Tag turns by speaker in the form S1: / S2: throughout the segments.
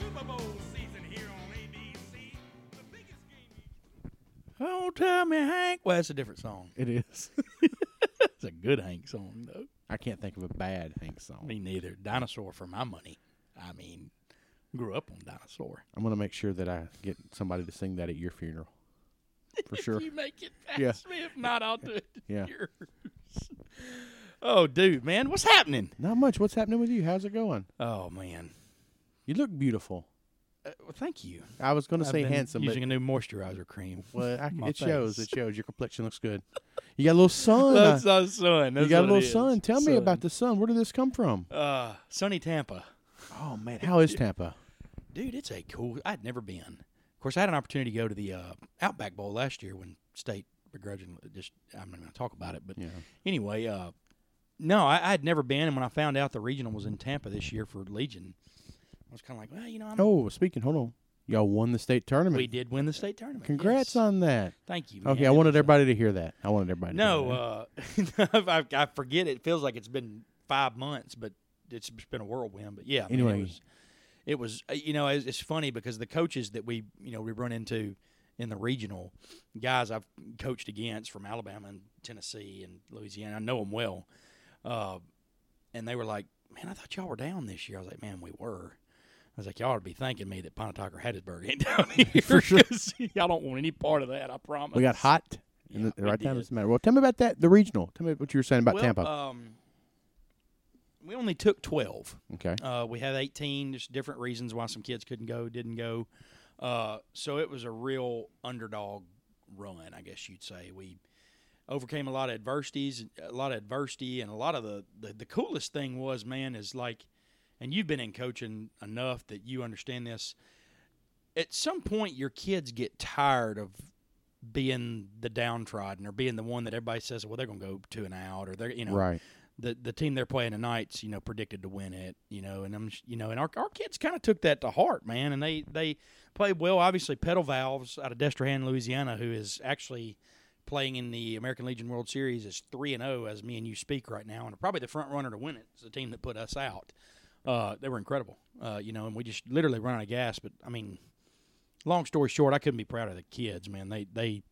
S1: Don't Oh, tell me Hank. Well, that's a different song.
S2: It is.
S1: It's a good Hank song though.
S2: I can't think of a bad Hank song.
S1: Me neither. Dinosaur for my money. I mean, grew up on Dinosaur.
S2: I'm gonna make sure that I get somebody to sing that at your funeral. For sure.
S1: You make it past
S2: Yeah.
S1: me. If not, I'll do it.
S2: Yeah.
S1: Yours. Oh, dude, man, what's happening?
S2: Not much. What's happening with you? How's it going?
S1: Oh man.
S2: You look beautiful.
S1: Uh, well, thank you.
S2: I was gonna
S1: I've
S2: say
S1: been
S2: handsome, but
S1: Using a new moisturizer cream.
S2: well, I,
S1: my
S2: it shows.
S1: face.
S2: It shows. Your complexion looks good. You got a little sun.
S1: That's
S2: uh,
S1: our sun.
S2: you
S1: That's
S2: got a
S1: what it
S2: little
S1: is.
S2: sun. Tell me about the sun. Where did this come from?
S1: Uh, sunny Tampa.
S2: Oh man, how is Tampa?
S1: Dude, it's a cool. I'd never been. Of course, I had an opportunity to go to the uh, Outback Bowl last year when State begrudgingly just. I'm not going to talk about it, but
S2: Yeah.
S1: anyway, uh, no, I, I had never been, and when I found out the regional was in Tampa this year for Legion, I was kind of like, well, you know, I'm,
S2: Oh, speaking. Hold on. Y'all won the state tournament.
S1: we did win the state tournament.
S2: Congrats
S1: yes.
S2: on that.
S1: Thank you. Man.
S2: Okay, I
S1: It
S2: wanted
S1: was, uh,
S2: everybody to hear that. I wanted everybody.
S1: No,
S2: to hear
S1: uh, I, I forget. It feels like it's been five months, but it's been a whirlwind. But yeah, man,
S2: Anyway.
S1: it was, it was uh, you know it's, it's funny because the coaches that we you know we run into in the regional guys I've coached against from Alabama and Tennessee and Louisiana, I know them well, uh, and they were like, "Man, I thought y'all were down this year." I was like, "Man, we were." I was like, y'all ought to be thanking me that Pontotoc or Hattiesburg ain't down here. For sure. y'all don't want any part of that, I promise.
S2: we got hot. in
S1: Yeah,
S2: the,
S1: we
S2: right down
S1: did.
S2: doesn't matter. Well, tell me about that. The regional. Tell me what you were saying about
S1: well,
S2: Tampa.
S1: Um, we only took 12.
S2: okay.
S1: Uh, we had 18, just different reasons why some kids couldn't go, didn't go. Uh, so it was a real underdog run, I guess you'd say. We overcame a lot of adversities, a lot of adversity, and a lot of the, the, the coolest thing was, man, is like, and you've been in coaching enough that you understand this. At some point, your kids get tired of being the downtrodden or being the one that everybody says, well, they're going to go two and out or they're, you know,
S2: right.
S1: the the team they're playing tonight's you know predicted to win it you know and I'm you know and our, our kids kind of took that to heart man and they they played well obviously pedal valves out of Destrehan Louisiana who is actually playing in the American Legion World Series is three and zero as me and you speak right now and are probably the front runner to win it it's the team that put us out uh, they were incredible uh, you know and we just literally run out of gas but I mean long story short I couldn't be prouder of the kids man they they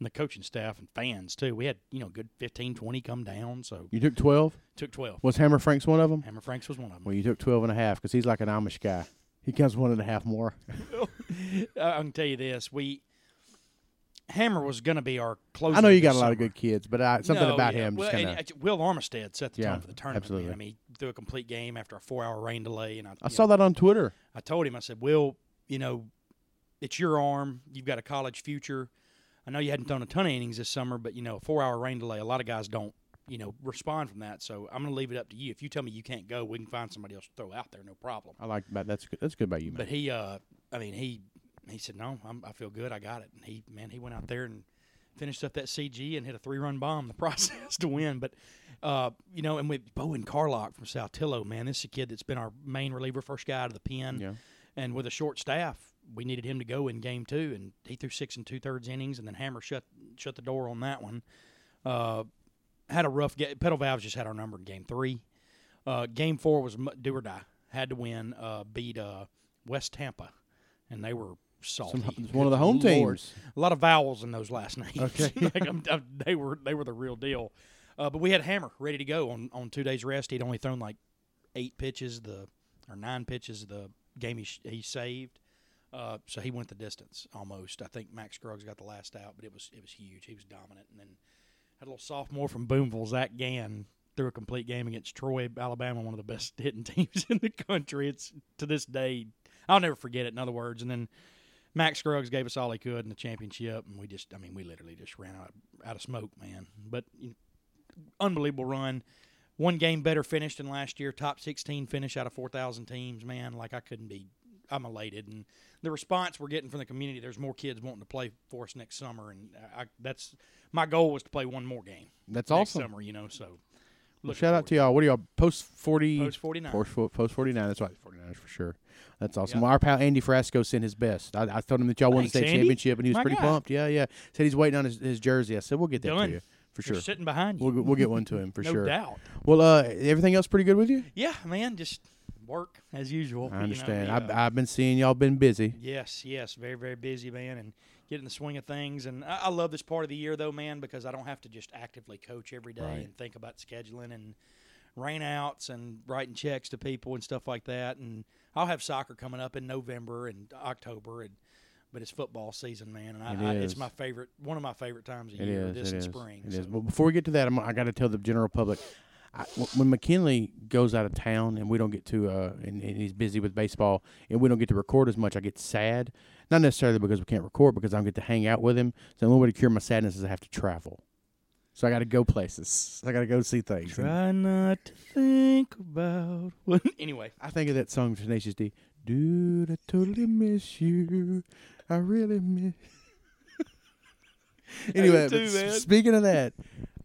S1: and the coaching staff and fans too we had you know a good 15 20 come down so
S2: You took 12?
S1: took 12
S2: Was Hammer Franks one of them?
S1: Hammer Franks was one of them.
S2: Well, you took 12 and a half because he's like an Amish guy. He comes one and a half more.
S1: I I can tell you this: we Hammer was going to be our closer.
S2: I know you got
S1: this
S2: a lot of
S1: summer.
S2: good kids, but I, something
S1: No,
S2: about
S1: yeah.
S2: him
S1: Well,
S2: just kind
S1: and,
S2: of.
S1: uh, Will Armistead set the
S2: Yeah,
S1: tone for the tournament. man.
S2: absolutely.
S1: I mean, he threw a complete game after a four-hour rain delay, and I,
S2: I
S1: you
S2: saw
S1: know,
S2: that on Twitter.
S1: I told him, I said, "Will, you know, it's your arm. You've got a college future. I know you hadn't thrown a ton of innings this summer, but you know, a four-hour rain delay. A lot of guys don't." You know, respond from that. So I'm going to leave it up to you. If you tell me you can't go, we can find somebody else to throw out there. No problem.
S2: I like about that's good. That's good about you, man.
S1: But he, uh, I mean, he he said, "No, I'm, I feel good. I got it." And he, man, he went out there and finished up that CG and hit a three-run bomb in the process to win. But uh, you know, and with Bowen Carlock from Saltillo, man, this is a kid that's been our main reliever, first guy out of the pen,
S2: Yeah.
S1: and with a short staff, we needed him to go in game two, and he threw six and two-thirds innings, and then Hammer shut shut the door on that one. Uh, had a rough game. Pedal Valves just had our number in game three. Uh, game four was mu- do or die. Had to win. Uh, beat uh, West Tampa, and they were salty.
S2: Some, it's one of the home
S1: Good Lord.
S2: teams.
S1: A lot of vowels in those last names. Okay, like I'm, I'm, they were they were the real deal. Uh, but we had Hammer ready to go on on two days rest. He'd only thrown like eight pitches the or nine pitches the game he, sh- he saved. Uh, so he went the distance almost. I think Max Scruggs got the last out, but it was it was huge. He was dominant, and then had a little sophomore from Boonville, Zach Gann, threw a complete game against Troy, Alabama, one of the best hitting teams in the country. It's to this day, I'll never forget it. In other words, and then Max Scruggs gave us all he could in the championship, and we just, I mean, we literally just ran out of, out of smoke, man. But you know, unbelievable run. One game better finish than last year. Top 16 finish out of 4,000 teams, man. Like, I couldn't be, I'm elated. And the response we're getting from the community, there's more kids wanting to play for us next summer. And I, I, that's my goal was to play one more game
S2: That's
S1: next
S2: awesome.
S1: summer, you know. So,
S2: Well, shout out to y'all. What are y'all? Post 40.
S1: Post 49.
S2: Post, fo- post 49. That's right. 49ers for sure. That's awesome.
S1: Yeah.
S2: Well, our pal Andy Frasco sent his best. I, I told him that y'all won the
S1: Thanks,
S2: state
S1: Andy.
S2: championship, and he was
S1: My
S2: pretty
S1: guy.
S2: pumped. Yeah, yeah. Said he's waiting on his, his jersey. I said, we'll get that
S1: Done.
S2: to you. For
S1: They're
S2: sure.
S1: sitting behind you,
S2: We'll, we'll get one to him for
S1: no
S2: sure.
S1: doubt.
S2: Well, uh, everything else pretty good with you?
S1: Yeah, man, just work as usual. you
S2: I
S1: know,
S2: understand.
S1: the,
S2: I've,
S1: uh,
S2: I've been seeing y'all been busy.
S1: Yes, yes, very, very busy, man, and getting the swing of things. And I, I love this part of the year, though, man, because I don't have to just actively coach every day
S2: Right.
S1: and think about scheduling and rainouts and writing checks to people and stuff like that. And I'll have soccer coming up in November and October, and but it's football season, man, and I,
S2: It
S1: I, it's
S2: is.
S1: my favorite, one of my favorite times of
S2: It
S1: year.
S2: is.
S1: this
S2: it
S1: and
S2: is.
S1: spring.
S2: It
S1: so.
S2: is. But before we get to that, I'm, I got to tell the general public. I, w- when McKinley goes out of town and we don't get to, uh, and, and he's busy with baseball and we don't get to record as much, I get sad. Not necessarily because we can't record, because I don't get to hang out with him. So the only way to cure my sadness is I have to travel. So I got to go places. I got to go see things.
S1: Try not to think about. What, anyway,
S2: I think of that song from Tenacious D. Dude, I totally miss you. I really miss. anyway,
S1: too,
S2: but s-
S1: man.
S2: speaking of that,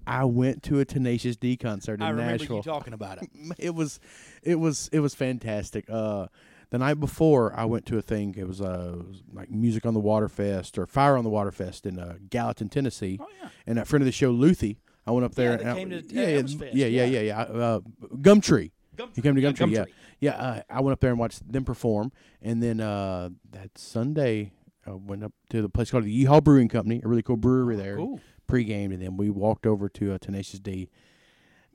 S2: I went to a Tenacious D concert in
S1: I remember you
S2: Nashville.
S1: talking about it.
S2: It was, it was, it was fantastic. Uh, the night before, I went to a thing. It was uh, it was like Music on the Water Fest or Fire on the Water Fest in uh, Gallatin, Tennessee.
S1: Oh yeah.
S2: And that friend of the show, Luthi, I went up there.
S1: Yeah, they
S2: and I-
S1: came to-
S2: yeah,
S1: yeah,
S2: yeah,
S1: Elvis Fest,
S2: yeah, yeah, yeah,
S1: yeah.
S2: yeah. Uh, Gumtree.
S1: Gumtree.
S2: You came to
S1: Yeah,
S2: Gumtree, yeah.
S1: Gumtree.
S2: Yeah, uh, I went up there and watched them perform. And then uh, that Sunday, I went up to the place called the Yeehaw Brewing Company, a really cool brewery there.
S1: Oh, cool.
S2: Pre-gamed, and then we walked over to uh, Tenacious D.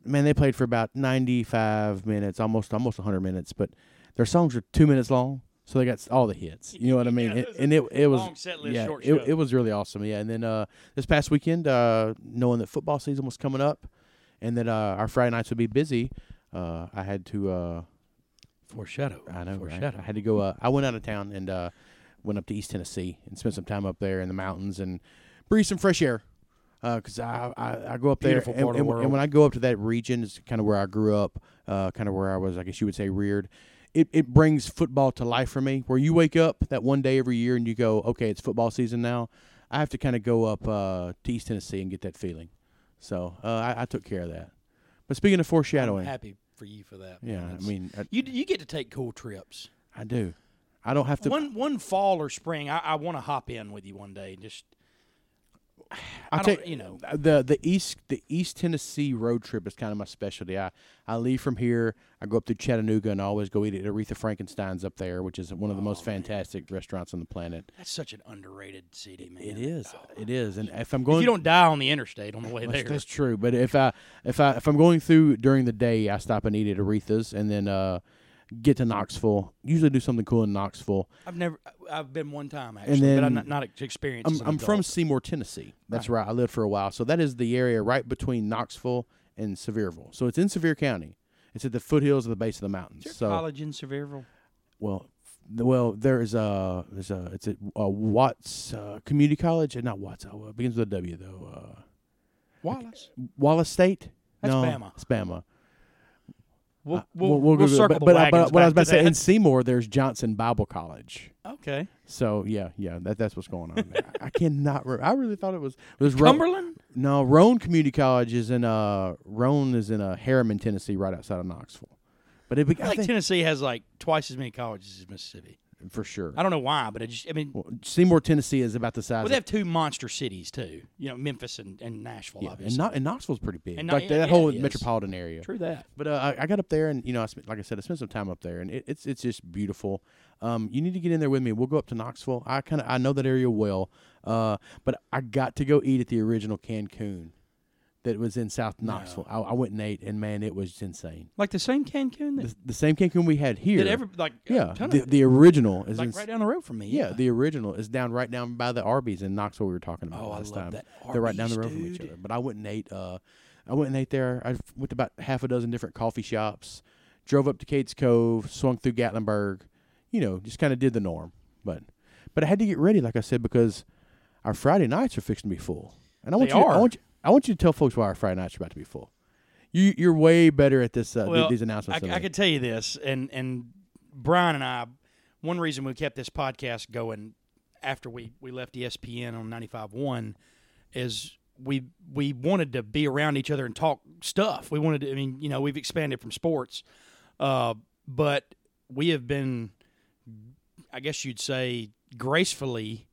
S2: Man, they played for about 95 minutes, almost almost 100 minutes, but their songs are two minutes long, so they got s- all the hits. You know what I mean?
S1: Yeah,
S2: And-
S1: it was
S2: and it, it was
S1: long set list,
S2: yeah,
S1: short
S2: it,
S1: show.
S2: it was really awesome. Yeah, and then uh, this past weekend, uh, knowing that football season was coming up, and that uh, our Friday nights would be busy, uh, I had to. Uh,
S1: Foreshadow.
S2: I know, right?
S1: Foreshadow.
S2: I had to go. Uh, I went out of town and uh, went up to East Tennessee and spent some time up there in the mountains and breathe some fresh air. Because I, I I go up there,
S1: Beautiful
S2: and,
S1: part of
S2: and-
S1: the
S2: and
S1: world.
S2: when I go up to that region, it's kind of where I grew up, uh, kind of where I was, I guess you would say, reared. It it brings football to life for me. Where you wake up that one day every year and you go, okay, it's football season now. I have to kind of go up uh, to East Tennessee and get that feeling. So uh, I, I took care of that. But speaking of
S1: I'm
S2: foreshadowing,
S1: happy for you for that.
S2: yeah, I
S1: That's-
S2: mean, I,
S1: you you get to take cool trips.
S2: I do. I don't have to.
S1: one one fall or spring, I, I want to hop in with you one day. Just
S2: I'll
S1: I don't-
S2: tell
S1: you know.
S2: the the east the East Tennessee road trip is kind of my specialty. I I leave from here, I go up to Chattanooga, and I always go eat at Aretha Frankenstein's up there, which is one of the most fantastic restaurants on the planet.
S1: that's such an underrated city, man.
S2: It is, it is, and if I'm
S1: If
S2: going,
S1: you don't die on the interstate on the way
S2: that's,
S1: there.
S2: that's true. But if I if I if I'm going through during the day, I stop and eat at Aretha's, and then uh, get to Knoxville. Usually do something cool in Knoxville.
S1: I've never. I've been one time actually, but I'm
S2: then-
S1: not, not ex- experienced.
S2: I'm,
S1: as an
S2: I'm from
S1: adult.
S2: Seymour, Tennessee. That's right. I lived for a while. So that is the area right between Knoxville and Sevierville. So it's in Sevier County. It's at the foothills of the base of the mountains.
S1: Is there
S2: so
S1: college in Sevierville.
S2: well, f- well, there is a there's a it's at uh, Watts uh, Community College, and not Watts. Oh, it begins with a W though.
S1: Wallace.
S2: Uh, Wallace State.
S1: That's
S2: no,
S1: Bama.
S2: It's Bama.
S1: We'll,
S2: Uh,
S1: we'll,
S2: we'll-
S1: we'll,
S2: we'll Google it.
S1: circle
S2: but,
S1: the
S2: but, but
S1: wagons
S2: what I was
S1: back
S2: about to say
S1: to
S2: in Seymour, there's Johnson Bible College.
S1: that. okay.
S2: So yeah, yeah, that that's what's going on. there. I cannot. Re- I really thought it was it was Ro-
S1: Cumberland.
S2: No, Roan Community College is in uh Roan is in uh, Harriman, Tennessee, right outside of Knoxville. But it be,
S1: I
S2: I
S1: think
S2: think,
S1: Tennessee has like twice as many colleges as Mississippi.
S2: for sure.
S1: I don't know why, but I just I mean
S2: Well, Seymour, Tennessee is about the size.
S1: Well, they have
S2: of,
S1: two monster cities too. You know, Memphis and, and Nashville,
S2: yeah,
S1: obviously.
S2: and not and Knoxville's pretty big.
S1: And Kno-
S2: like
S1: yeah,
S2: that
S1: yeah,
S2: whole
S1: it is.
S2: metropolitan area.
S1: True that.
S2: But uh, I, I got up there, and you know, I spent, like I said, I spent some time up there, and it, it's it's just beautiful. Um, you need to get in there with me. We'll go up to Knoxville. I kind of I know that area well. Uh, but I got to go eat at the original Cancun, that was in South Knoxville. I, I went and ate, and man, it was insane.
S1: Like the same Cancun that,
S2: The, the same Cancun we had here.
S1: that every like a
S2: Yeah,
S1: ton
S2: the,
S1: of,
S2: the original is in,
S1: like right down the road from me.
S2: yeah, the original is down right down by the Arby's in Knoxville. We were talking about
S1: Oh, I
S2: last
S1: love
S2: time.
S1: that
S2: They're right down the road
S1: Arby's,
S2: from each
S1: dude.
S2: other. But I went and ate. Uh, I went and ate there. I went to about half a dozen different coffee shops. Drove up to Cades Cove, swung through Gatlinburg. You know, just kind of did the norm. But but I had to get ready, like I said, because our Friday nights are fixing to be full. And I want
S1: They
S2: you. To, I
S1: are.
S2: want you. I want you to tell folks why our Friday nights are about to be full. You you're way better at this. Uh, th-
S1: well,
S2: these announcements.
S1: I,
S2: than
S1: I
S2: me.
S1: could tell you this, and and Brian and I, one reason we kept this podcast going after we we left E ESPN on 95.1 is we we wanted to be around each other and talk stuff. We wanted to. I mean, you know, we've expanded from sports, uh, but we have been, I guess you'd say, gracefully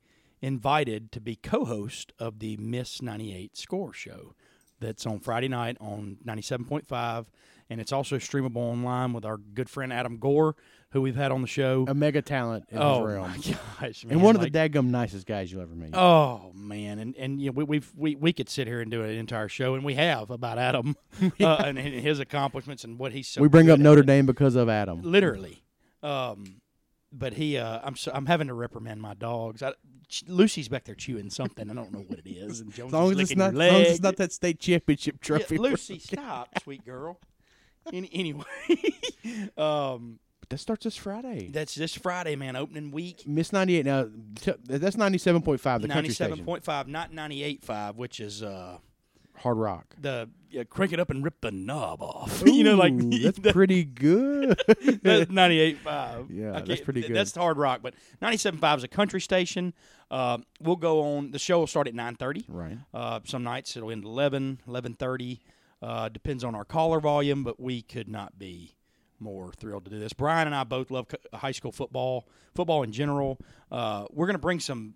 S1: invited to be co-host of the Miss 98 Score Show that's on Friday night on 97.5. And it's also streamable online with our good friend Adam Gore, who we've had on the show.
S2: A mega talent in
S1: oh,
S2: his realm.
S1: my gosh. Man.
S2: And one
S1: like-
S2: of the daggum nicest guys you'll ever meet.
S1: Oh man, and and you know, we we've, we we could sit here and do an entire show, and we have about Adam uh, and, and his accomplishments and what he's. So
S2: we bring
S1: good
S2: up
S1: at.
S2: Notre Dame because of Adam.
S1: literally. Um, but he, uh, I'm so, I'm having to reprimand my dogs. I, ch- Lucy's back there chewing something. I don't know what it is. And Jones
S2: As long as, it's not, as long as it's not that state championship
S1: Yeah,
S2: trophy.
S1: Lucy, stop, sweet girl. Any, anyway, um,
S2: that starts this Friday.
S1: that's this Friday, man. Opening week.
S2: Miss 98. Now, t- that's 97.5, the country station.
S1: 97.5, not 98.5, which is uh,
S2: Hard rock.
S1: the yeah, crank it up and rip the knob off. you know, like
S2: Ooh, that's
S1: the,
S2: pretty good.
S1: ninety eight five.
S2: Yeah, that's pretty good.
S1: That's hard rock, but ninety seven five is a country station. Uh, we'll go on. The show will start at nine thirty.
S2: right.
S1: Uh, some nights it'll end at 11, 11.30. Uh, depends on our caller volume, but we could not be more thrilled to do this. Brian and I both love co- high school football, football in general. Uh, we're going to bring some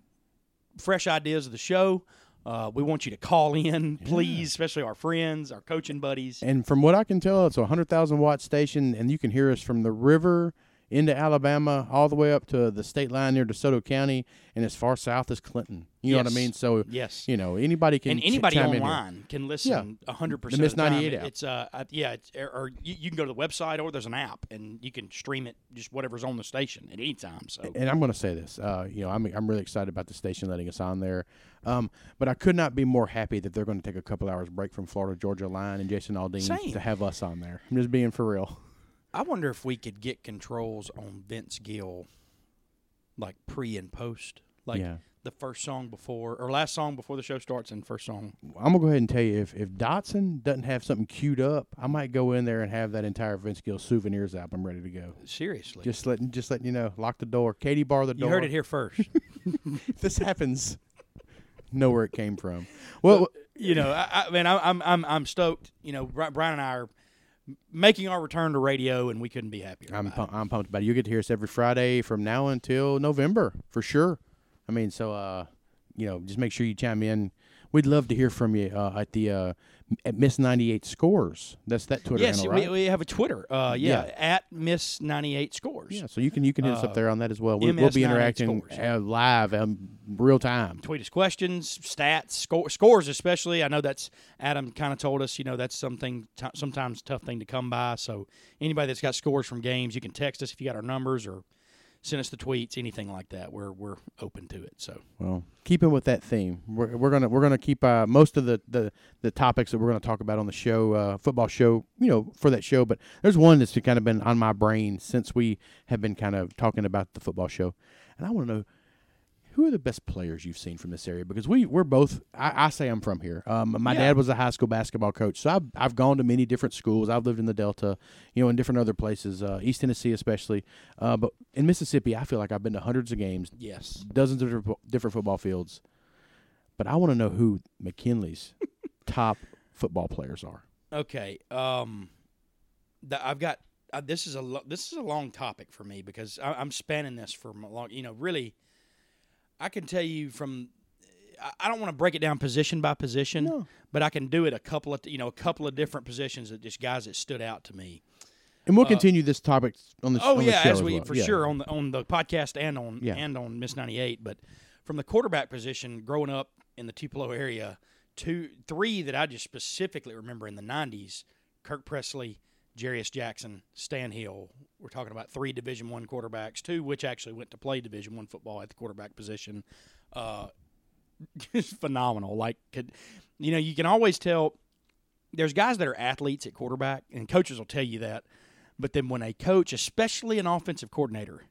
S1: fresh ideas of the show. Uh, we want you to call in, please, especially our friends, our coaching buddies.
S2: And from what I can tell, it's a 100,000 watt station, and you can hear us from the river into Alabama, all the way up to the state line near DeSoto County, and as far south as Clinton. You know what I
S1: Yes.
S2: mean? So,
S1: Yes.
S2: you know, anybody can
S1: and
S2: ch-
S1: anybody
S2: chime in here.
S1: online can listen a 100%
S2: The Miss
S1: of the time.
S2: 98
S1: It-
S2: app.
S1: It's uh I- yeah, it's, or, or you, you can go to the website or there's an app and you can stream it just whatever's on the station at any time. So
S2: and I'm going to say this. Uh, you know, I'm I'm really excited about the station letting us on there. Um, but I could not be more happy that they're going to take a couple hours break from Florida Georgia Line and Jason Aldean
S1: Same.
S2: to have us on there. I'm just being for real.
S1: I wonder if we could get controls on Vince Gill, like pre and post, like
S2: Yeah.
S1: the first song before or last song before the show starts and first song.
S2: I'm gonna go ahead and tell you if if Dotson doesn't have something queued up, I might go in there and have that entire Vince Gill souvenirs album ready to go.
S1: Seriously,
S2: Just letting just letting you know, lock the door. Katie bar the
S1: you
S2: door.
S1: heard it here first.
S2: If this happens, know where it came from. Well,
S1: you know, I, I man, I, I'm I'm I'm stoked. You know, Bri- Brian and I are making our return to radio, and we couldn't be happier.
S2: I'm
S1: about it.
S2: pump, I'm pumped about it. You get to hear us every Friday from now until November for sure. I mean, so uh, you know, just make sure you chime in. We'd love to hear from you uh, at the uh, at Miss ninety eight scores. That's that Twitter
S1: Yes,
S2: handle,
S1: we,
S2: right?
S1: we have a Twitter. Uh, yeah,
S2: Yeah.
S1: at Miss ninety eight scores.
S2: yeah, so you can you can hit us
S1: uh,
S2: up there on that as well. We, we'll be
S1: MS98
S2: interacting
S1: scores.
S2: uh, live um, real time.
S1: tweet us questions, stats, score, scores, especially. I know that's Adam kind of told us, you know, that's something t- sometimes tough thing to come by. So anybody that's got scores from games, you can text us if you got our numbers or send us the tweets, anything like that. We're we're open to it. So
S2: Well, keeping with that theme, we're, we're gonna we're gonna keep uh, most of the, the the topics that we're gonna talk about on the show, uh, football show, you know, for that show. But there's one that's kind of been on my brain since we have been kind of talking about the football show, and I want to know who are the best players you've seen from this area because we we're both. I, I say I'm from here. Um, my
S1: Yeah.
S2: dad was a high school basketball coach, so I've I've gone to many different schools. I've lived in the Delta, you know, in different other places, uh, East Tennessee especially, uh, but in Mississippi, I feel like I've been to hundreds of games
S1: yes,
S2: dozens of different- different football fields. But I want to know who McKinley's top football players are.
S1: okay. Um, the, I've got uh, this is a lo- this is a long topic for me because I, I'm spanning this for a long. You know, really, I can tell you from. I- I don't want to break it down position by position. but I can do it a couple of you know a couple of different positions that just guys that stood out to me.
S2: And we'll continue this topic on the,
S1: Uh, Oh
S2: on
S1: yeah,
S2: the show
S1: as we
S2: well.
S1: for
S2: Yeah.
S1: sure on the on the podcast and on
S2: Yeah.
S1: and on Miss ninety eight. But from the quarterback position, growing up in the Tupelo area, two three that I just specifically remember in the nineties: Kirk Presley, Jarius Jackson, Stan Hill. We're talking about three Division one quarterbacks, two which actually went to play Division one football at the quarterback position. Uh, just phenomenal. Like, could, you know, you can always tell there's guys that are athletes at quarterback, and coaches will tell you that. But then when a coach, especially an offensive coordinator,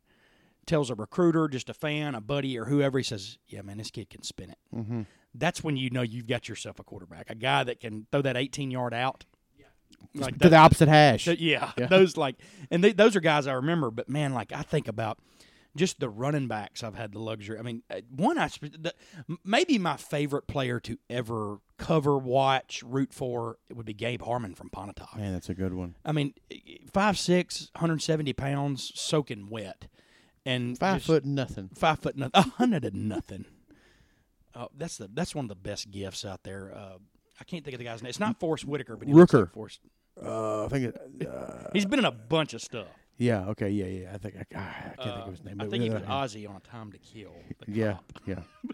S1: tells a recruiter, just a fan, a buddy, or whoever, he says, "Yeah, man, this kid can spin it." That's when you know you've got yourself a quarterback, a guy that can throw that 18 yard out. Yeah. Like
S2: to the opposite hash.
S1: Th- yeah, those like, and th those are guys I remember. But man, like I think about just the running backs I've had the luxury. I mean, uh, one I sp- the, m- maybe my favorite player to ever cover, watch, root for it would be Gabe Harmon from Pontotoc.
S2: Man, that's a good one.
S1: I mean, i- i- five six, 170 pounds, soaking wet, and
S2: Five
S1: just-
S2: foot nothing.
S1: five foot nothing, a hundred and nothing. Oh, that's the that's one of the best gifts out there. Uh, I can't think of the guy's name. It's not Forrest Whitaker, but he looks
S2: Rooker.
S1: like Forrest.
S2: Uh, I think. It, uh,
S1: He's been in a bunch of stuff.
S2: yeah. Okay. Yeah. Yeah. I think. I, ah, I can't think of his name.
S1: Uh, I
S2: but
S1: think he
S2: yeah,
S1: was Ozzy on Time to Kill. The
S2: Yeah.
S1: cop.
S2: Yeah.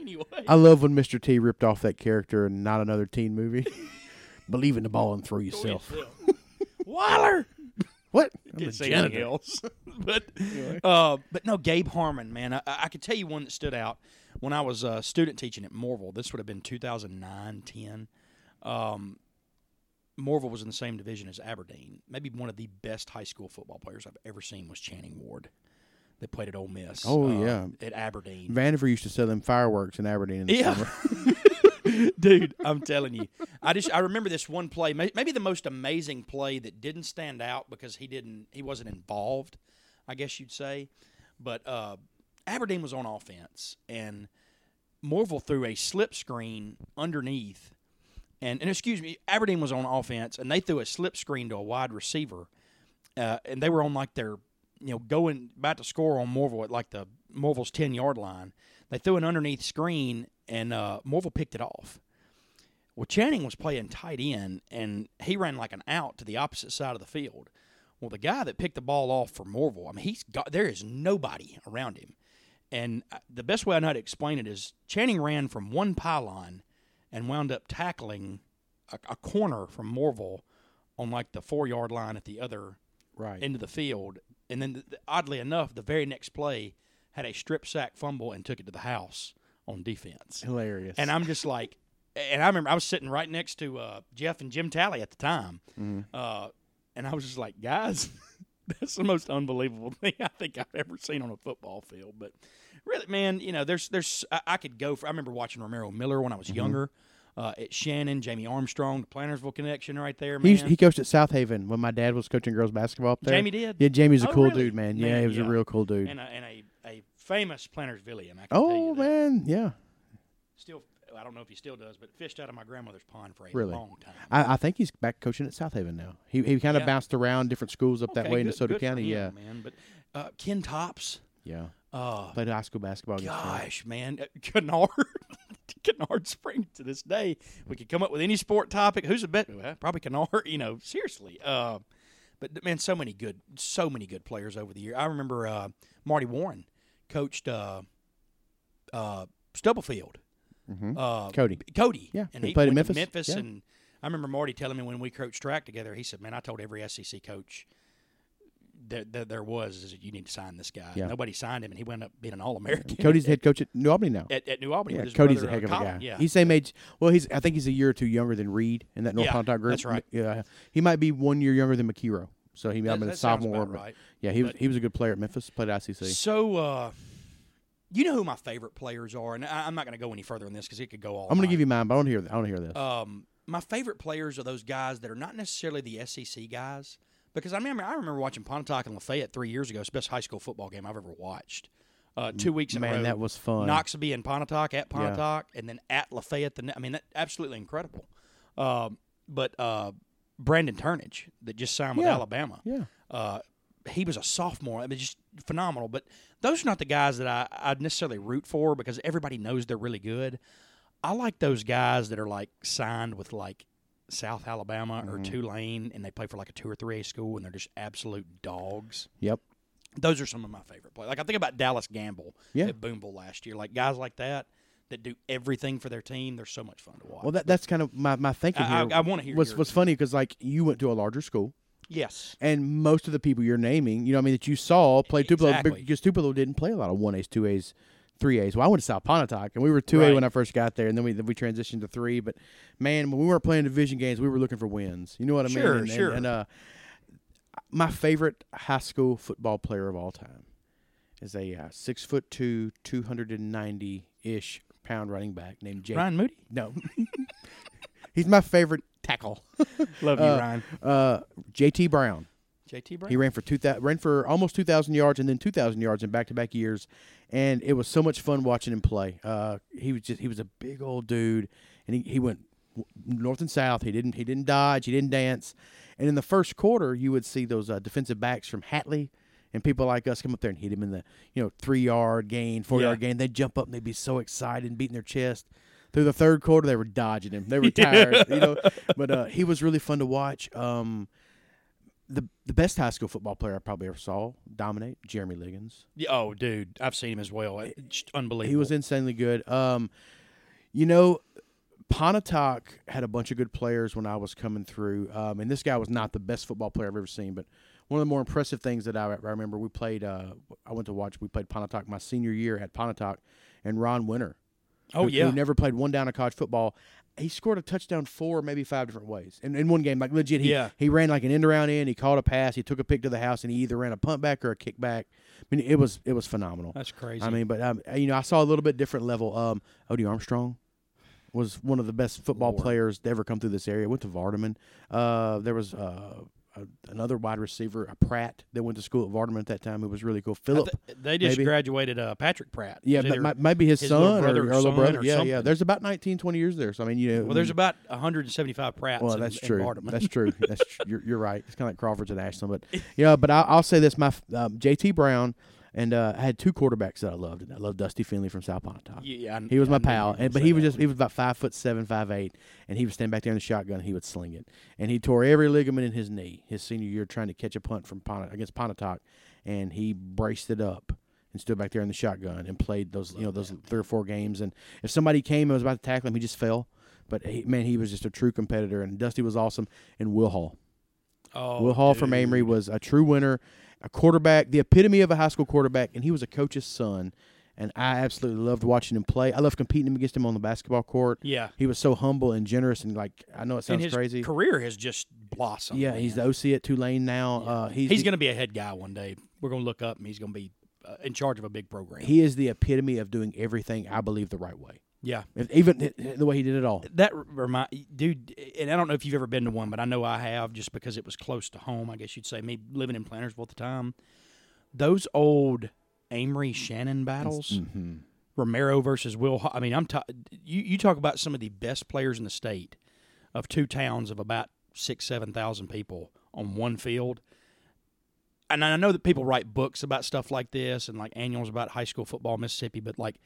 S1: Anyway,
S2: I love when Mr. T ripped off that character in not another teen movie. Believe in the ball and throw yourself.
S1: Waller.
S2: What? I'm
S1: Didn't
S2: a
S1: say anything
S2: janitor.
S1: else. but uh, but no, Gabe Harmon, man, I, I could tell you one that stood out when I was uh, student teaching at Morville. This would have been 2009, 10. Um, Morville was in the same division as Aberdeen. Maybe one of the best high school football players I've ever seen was Channing Ward. They played at Ole Miss.
S2: Oh,
S1: uh,
S2: yeah.
S1: at Aberdeen.
S2: Vandiver used to sell them fireworks in Aberdeen in the
S1: Yeah.
S2: summer.
S1: Dude, I'm telling you, I just I remember this one play, may- maybe the most amazing play that didn't stand out because he didn't he wasn't involved, I guess you'd say, but uh, Aberdeen was on offense and Morville threw a slip screen underneath, and and excuse me, Aberdeen was on offense and they threw a slip screen to a wide receiver, uh, and they were on like their you know going about to score on Morville at like the Morville's ten yard line. They threw an underneath screen and uh, Morville picked it off. Well, Channing was playing tight end and he ran like an out to the opposite side of the field. Well, the guy that picked the ball off for Morville, I mean, he's got there is nobody around him. And uh, the best way I know how to explain it is Channing ran from one pylon and wound up tackling a, a corner from Morville on like the four yard line at the other
S2: Right.
S1: into the field. And then, th- th- oddly enough, the very next play had a strip sack fumble and took it to the house on defense.
S2: Hilarious.
S1: And I'm just like, and I remember I was sitting right next to uh, Jeff and Jim Talley at the time.
S2: Mm-hmm.
S1: Uh, and I was just like, guys, that's the most unbelievable thing I think I've ever seen on a football field. But really, man, you know, there's, there's, I, I could go for, I remember watching Romero Miller when I was
S2: Mm-hmm.
S1: younger. Uh, at Shannon, Jamie Armstrong, the Plantersville connection right there, man.
S2: he, used, he coached at South Haven when my dad was coaching girls basketball up there.
S1: Jamie did.
S2: Yeah, Jamie's a
S1: Oh,
S2: cool
S1: really?
S2: dude, man.
S1: Man,
S2: Yeah, he was
S1: yeah.
S2: a real cool dude.
S1: and a, and a, a famous Plantersvillian. I can tell
S2: oh
S1: you that.
S2: man, yeah.
S1: Still, I don't know if he still does, but fished out of my grandmother's pond for a
S2: Really?
S1: long time.
S2: I, I think he's back coaching at South Haven now. He he kind of
S1: Yeah.
S2: bounced around different schools up that
S1: Okay,
S2: way in
S1: good-
S2: DeSoto
S1: good for
S2: County. Yeah,
S1: him, man. But uh, Ken Tops,
S2: yeah.
S1: oh
S2: Played high school basketball. against him.
S1: gosh, man, Uh, Kennard, Kennard Spring to this day, we could come up with any sport topic. Who's the best? Well, Probably Kennard. You know, seriously. Uh, but man, so many good, so many good players over the year. I remember uh, Marty Warren coached uh, uh, Stubblefield.
S2: Mm-hmm.
S1: Uh,
S2: Cody.
S1: Cody.
S2: Yeah,
S1: and
S2: he
S1: he
S2: played at
S1: went to
S2: Memphis.
S1: Memphis,
S2: Yeah.
S1: and I remember Marty telling me when we coached track together, he said, "Man, I told every SEC coach that, that there was is that you need to sign this guy."
S2: Yeah.
S1: Nobody signed him, and he wound up being an All American.
S2: Cody's the head coach at New Albany now.
S1: at, at New Albany.
S2: yeah,
S1: with his
S2: Cody's a
S1: brother,
S2: heck
S1: uh,
S2: of a
S1: Colin.
S2: guy.
S1: Yeah,
S2: He's same age. Well, he's I think he's a year or two younger than Reed in that North
S1: Yeah,
S2: Pontotoc group.
S1: that's right.
S2: Yeah, he might be one year younger than McKiro. So he might
S1: That-
S2: have been a
S1: that sounds
S2: sophomore.
S1: about
S2: but-
S1: right.
S2: Yeah, he was
S1: But-
S2: he was a good player at Memphis. Played at ICC.
S1: so. Uh, you know who my favorite players are, and I, I'm not going to go any further on this because it could go all.
S2: I'm going to give you mine, but I don't hear I don't hear this.
S1: Um, my favorite players are those guys that are not necessarily the SEC guys because I remember I remember watching Pontotoc and Lafayette three years ago. It's the best high school football game I've ever watched. Uh, two weeks in a row.
S2: Man, that was fun.
S1: Knoxville and Pontotoc at Pontotoc, and then at Lafayette. The ne- I mean, that absolutely incredible. Um, but uh, Brandon Turnage that just signed with
S2: Yeah.
S1: Alabama.
S2: yeah.
S1: Uh, he was a sophomore. I mean, just phenomenal. But those are not the guys that I I'd necessarily root for because everybody knows they're really good. I like those guys that are like signed with like South Alabama or Tulane, and they play for like a two or three A school, and they're just absolute dogs
S2: Yep.
S1: those are some of my favorite players. Like I think about Dallas Gamble
S2: Yeah.
S1: at Boonville last year. Like guys like that that do everything for their team. They're so much fun to watch.
S2: Well, that that's kind of my, my thinking
S1: I- I-
S2: here.
S1: I wanna hear
S2: what's
S1: yours.
S2: what's funny because like you went to a larger school,
S1: yes,
S2: and most of the people you're naming, you know, what I mean, that you saw played Tupelo
S1: Exactly.
S2: because Tupelo didn't play a lot of one A's, two A's, three A's. Well, I went to South Pontotoc, and we were two A
S1: Right.
S2: when I first got there, and then we then we transitioned to three. But man, when we weren't playing division games, we were looking for wins. You know what I
S1: Sure,
S2: mean? And, and-
S1: sure.
S2: And, uh, my favorite high school football player of all time is a uh, six foot two, two hundred and ninety ish pound running back named Jay.
S1: Ryan Moody.
S2: No. He's my favorite tackle.
S1: Love you,
S2: Uh,
S1: Ryan.
S2: Uh, JT Brown.
S1: JT Brown.
S2: He ran for two thousand, ran for almost two thousand yards, and then two thousand yards in back-to-back years, and it was so much fun watching him play. Uh, he was just he was a big old dude, and he, he went w- north and south. He didn't he didn't dodge, he didn't dance, and in the first quarter, you would see those uh, defensive backs from Hatley. And people like us come up there and hit him in the, you know, three yard gain, four
S1: Yeah.
S2: yard gain. They'd jump up and they'd be so excited and beating their chest. through the third quarter they were dodging him. They were tired, you know. But uh, he was really fun to watch. Um, the the best high school football player I probably ever saw dominate, Jeremy Liggins.
S1: Yeah, Oh, dude, I've seen him as well. It's just unbelievable.
S2: He was insanely good. Um, you know, Pontotoc had a bunch of good players when I was coming through, um, and this guy was not the best football player I've ever seen, but one of the more impressive things that I, I remember we played. Uh, I went to watch. We played Pontotoc my senior year at Pontotoc, and Ron Winter.
S1: oh
S2: who,
S1: yeah,
S2: who never played one down of college football. He scored a touchdown four, maybe five different ways in, in one game. Like legit, he,
S1: Yeah.
S2: he ran like an end around in. He caught a pass. He took a pick to the house, and he either ran a punt back or a kick back. I mean, it was it was phenomenal.
S1: that's crazy.
S2: I mean, but um, you know, I saw a little bit different level. Um, Odie Armstrong was one of the best football
S1: Lord.
S2: players to ever come through this area. Went to Vardaman. Uh, there was uh, a, another wide receiver, a Pratt, that went to school at Vardaman at that time. It was really cool.
S1: I
S2: Philip,
S1: thi- they just
S2: maybe.
S1: graduated uh, Patrick Pratt.
S2: yeah,
S1: Is
S2: but
S1: either-
S2: mi- maybe his,
S1: his little
S2: son
S1: brother or
S2: or, or little
S1: son
S2: brother.
S1: or
S2: yeah, yeah.
S1: something.
S2: There's about 19, 20 years there. So I mean, you know,
S1: well, there's about 175 Pratts.
S2: well,
S1: in-
S2: that's
S1: in
S2: true.
S1: Vardaman.
S2: That's true. That's tr- you're, you're right. It's kind of like Crawford's and Ashland, but yeah. But I, I'll say this: my f- um, J.T. Brown and uh, I had two quarterbacks that I loved, and I loved Dusty Finley from South Pontotoc.
S1: yeah, I-
S2: He was
S1: I
S2: my
S1: knew you
S2: pal,
S1: were gonna
S2: and, but
S1: say
S2: he was
S1: that.
S2: just he was about five foot seven, five eight, and he would stand back there in the shotgun. and He would sling it, and he tore every ligament in his knee his senior year trying to catch a punt from Pon- against Pontotoc, and he braced it up and stood back there in the shotgun and played those you know those three or four games. And if somebody came and was about to tackle him, he just fell. But he, man, he was just a true competitor, and Dusty was awesome. And Will Hall,
S1: Oh,
S2: Will Hall from
S1: dude.
S2: Amory was a true winner, a quarterback, the epitome of a high school quarterback, and he was a coach's son. And I absolutely loved watching him play. I loved competing against him on the basketball court.
S1: Yeah,
S2: He was so humble and generous, and like I know it
S1: and
S2: sounds
S1: his
S2: crazy.
S1: career has just blossomed.
S2: yeah, he's the OC at Tulane now. Uh, he's
S1: he's
S2: the-
S1: going to be a head guy one day. We're going to look up, and he's going to be uh, in charge of a big program.
S2: he is the epitome of doing everything I believe the right way,
S1: yeah,
S2: if, even the way he did it all.
S1: that r- remind dude. And I don't know if you've ever been to one, but I know I have, just because it was close to home. I guess you'd say me living in Plantersville at the time. Those old Amory Shannon battles.
S2: Mm-hmm.
S1: Romero versus Will. Ho- I mean, I'm t- you. You talk about some of the best players in the state of two towns of about six, seven thousand people on one field. And I know that people write books about stuff like this and like annuals about high school football in Mississippi, but like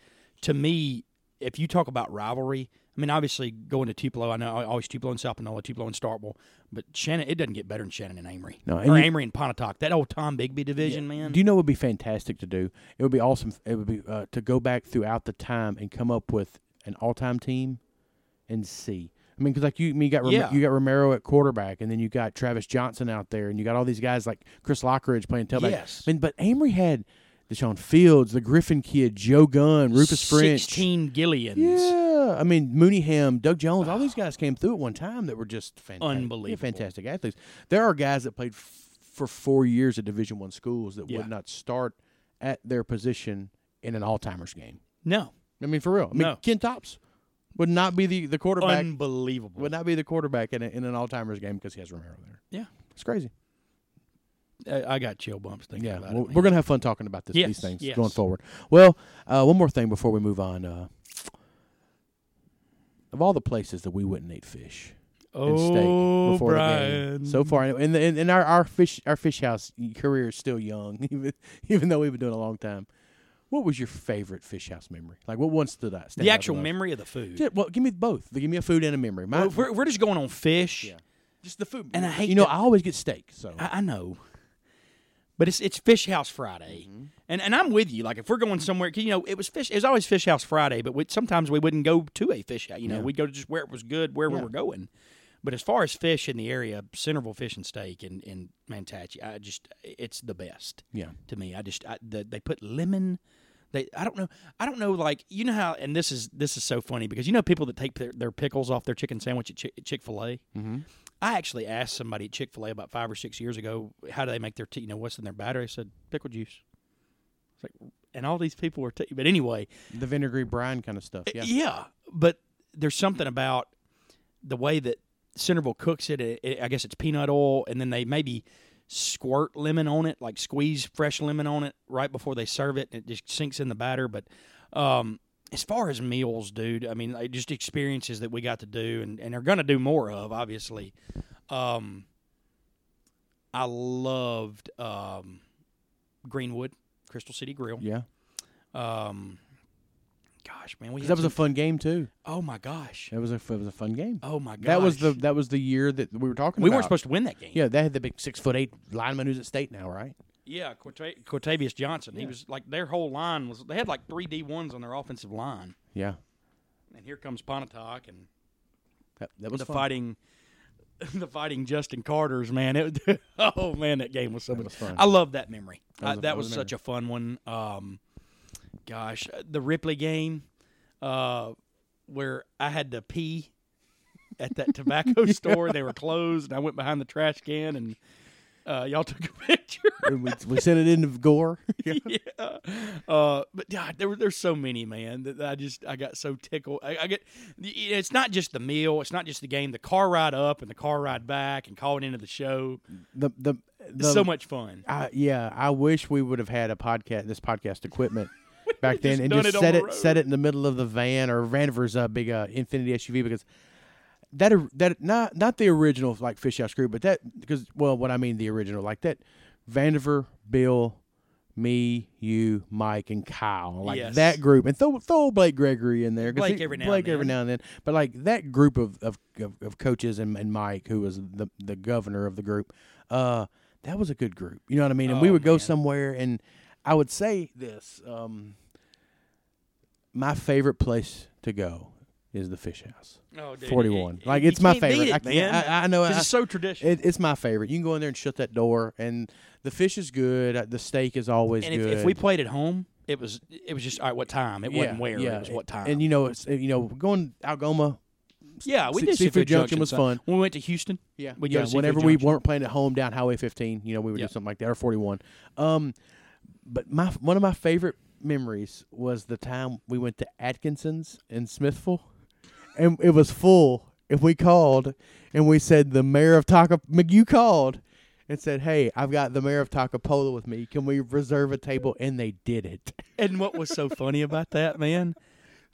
S1: to me, if you talk about rivalry, I mean, obviously going to Tupelo, I know always Tupelo and South Panola, Tupelo and Starkville, but Shannon, it doesn't get better than Shannon and Amory.
S2: No, and
S1: or
S2: you-
S1: Amory and Pontotoc. That old Tom Bigby division, man.
S2: Do you know what would be fantastic to do? It would be awesome. It would be uh, to go back throughout the time and come up with an all-time team and see. I mean, because like you, I mean, you got Rome-
S1: Yeah.
S2: you got Romero at quarterback, and then you got Travis Johnson out there, and you got all these guys like Chris Lockridge playing tailback.
S1: Yes.
S2: I mean, but Amory had Deshaun Fields, the Griffin kid, Joe Gunn, Rufus French.
S1: 16 Gillians.
S2: Yeah, I mean Mooneyham, Doug Jones, all these guys came through at one time that were just fantastic,
S1: Unbelievable.
S2: fantastic athletes. There are guys that played f- for four years at Division One schools that
S1: Yeah.
S2: would not start at their position in an all-timers game.
S1: No.
S2: I mean, for real. I mean,
S1: No.
S2: Ken Tops would not be the, the quarterback
S1: Unbelievable.
S2: would not be the quarterback in, a, in an all-timers game because he has Romero there.
S1: Yeah.
S2: It's crazy.
S1: I, I got chill bumps thinking
S2: Yeah,
S1: about
S2: well,
S1: it. man.
S2: we're gonna have fun talking about this, these
S1: Yes,
S2: things
S1: yes.
S2: going forward. Well, uh, one more thing before we move on. Uh, of all the places that we wouldn't eat fish and
S1: oh,
S2: steak before the
S1: Brian.
S2: game, so far, and and, and our, our fish our fish house career is still young, even even though we've been doing it a long time. What was your favorite fish house memory? Like, what one stood out? stand
S1: the
S2: out the
S1: actual
S2: most?
S1: memory of the food.
S2: Yeah, well, give me both. Give me a food and a memory. My,
S1: Well, we're, we're just going on fish.
S2: Yeah. just the food.
S1: And I hate
S2: you know
S1: that-
S2: I always get steak. So
S1: I, I know, but it's it's Fish House Friday,
S2: Mm-hmm.
S1: and and I'm with you. Like if we're going somewhere, 'cause, you know, it was fish. It was always Fish House Friday, but we, sometimes we wouldn't go to a fish house. You know,
S2: Yeah.
S1: we'd go to just where it was good, where we
S2: Yeah.
S1: were going. But as far as fish in the area, Centerville Fish and Steak and in Mantachi, I just it's the best.
S2: yeah,
S1: to me. I just I, the, they put lemon. They I don't know I don't know like you know how and this is this is so funny because you know people that take their, their pickles off their chicken sandwich at Chick Chick Fil A. I actually asked somebody at Chick Fil A about five or six years ago how do they make their tea? You know what's in their batter? I said pickle juice. It's like and all these people were tea. but anyway
S2: the vinegary brine kind of stuff. Uh, Yeah,
S1: yeah. but there's something about the way that Centerville cooks it, it, it- I guess it's peanut oil, and then they maybe squirt lemon on it, like squeeze fresh lemon on it right before they serve it, and it just sinks in the batter. But um, as far as meals, dude, I mean, like, just experiences that we got to do and, and are going to do more of, obviously. Um, I loved um, Greenwood, Crystal City Grill.
S2: yeah.
S1: Um, gosh, man, we
S2: 'Cause
S1: had
S2: that was a
S1: some-
S2: fun game too.
S1: oh my gosh,
S2: That was a it was a fun game.
S1: oh my gosh.
S2: that was the that was the year that we were talking.
S1: we
S2: about.
S1: weren't supposed to win that game.
S2: Yeah, they had the big six foot eight lineman who's at state now, right?
S1: yeah. Corta- Cortavious Johnson. He was like their whole line was. They had like three D ones on their offensive line,
S2: Yeah,
S1: and here comes Pontotoc and
S2: that, that was
S1: the
S2: fun.
S1: fighting. The fighting Justin Carter's man, it, oh man, that game was so much
S2: was fun.
S1: I love that memory.
S2: That
S1: I-
S2: was a- that
S1: that
S2: was
S1: was,
S2: a
S1: such a fun one. Um, gosh, the Ripley game, uh, where I had to pee at that tobacco store. They were closed, and I went behind the trash can, and uh, y'all took a picture.
S2: And we, we sent it into Gore.
S1: yeah. Uh, but God, there were there's so many, man. That I just I got so tickled. I, I get it's not just the meal, it's not just the game. The car ride up and the car ride back and calling into the show.
S2: The the,
S1: It's
S2: the
S1: so much fun.
S2: I, yeah, I wish we would have had a podcast, this podcast equipment back
S1: just
S2: then, and
S1: done
S2: just
S1: it on
S2: set
S1: the
S2: it
S1: road.
S2: set it in the middle of the van or Vandiver's uh, big uh, Infinity SUV because that or- that not not the original like fish out screw, but that because well, what I mean the original like that Vandiver Bill. Me, you, Mike, and Kyle, like
S1: Yes.
S2: that group, and throw, throw Blake Gregory in there. 'cause
S1: Blake every now and
S2: Blake every
S1: then.
S2: now and then, but like that group of of, of, of coaches and, and Mike, who was the the governor of the group, uh, that was a good group. You know what I mean? And we
S1: Oh,
S2: would go
S1: man.
S2: somewhere, and I would say this: um, my favorite place to go is the Fish House,
S1: Oh, dude,
S2: Forty
S1: you-
S2: One.
S1: you-
S2: Like
S1: you
S2: it's my
S1: can't beat
S2: favorite.
S1: it,
S2: I, can't-
S1: man.
S2: I, I know.
S1: 'Cause
S2: I-
S1: it's so traditional.
S2: it, it's my favorite. You can go in there and shut that door, and the fish is good. uh, The steak is always
S1: and if,
S2: good.
S1: if we played at home, it was it was just all right. What time? It
S2: Yeah,
S1: wasn't where.
S2: yeah.
S1: It was what time.
S2: And you know, it's you know, going to Algoma.
S1: yeah, we
S2: Se-
S1: did
S2: Seafood Junction was
S1: so-
S2: fun.
S1: When we went to Houston,
S2: Yeah,
S1: We'd go
S2: yeah.
S1: to Seafood
S2: Whenever we
S1: Junction.
S2: weren't playing at home down Highway 15, you know, we would
S1: Yeah.
S2: do something like that or 41. Um, but my one of my favorite memories was the time we went to Atkinson's in Smithville, and it was full. And we called, and we said the mayor of Taco. You called, and said, "Hey, I've got the mayor of Takapola with me. Can we reserve a table?" And they did it.
S1: and what was so funny about that, man?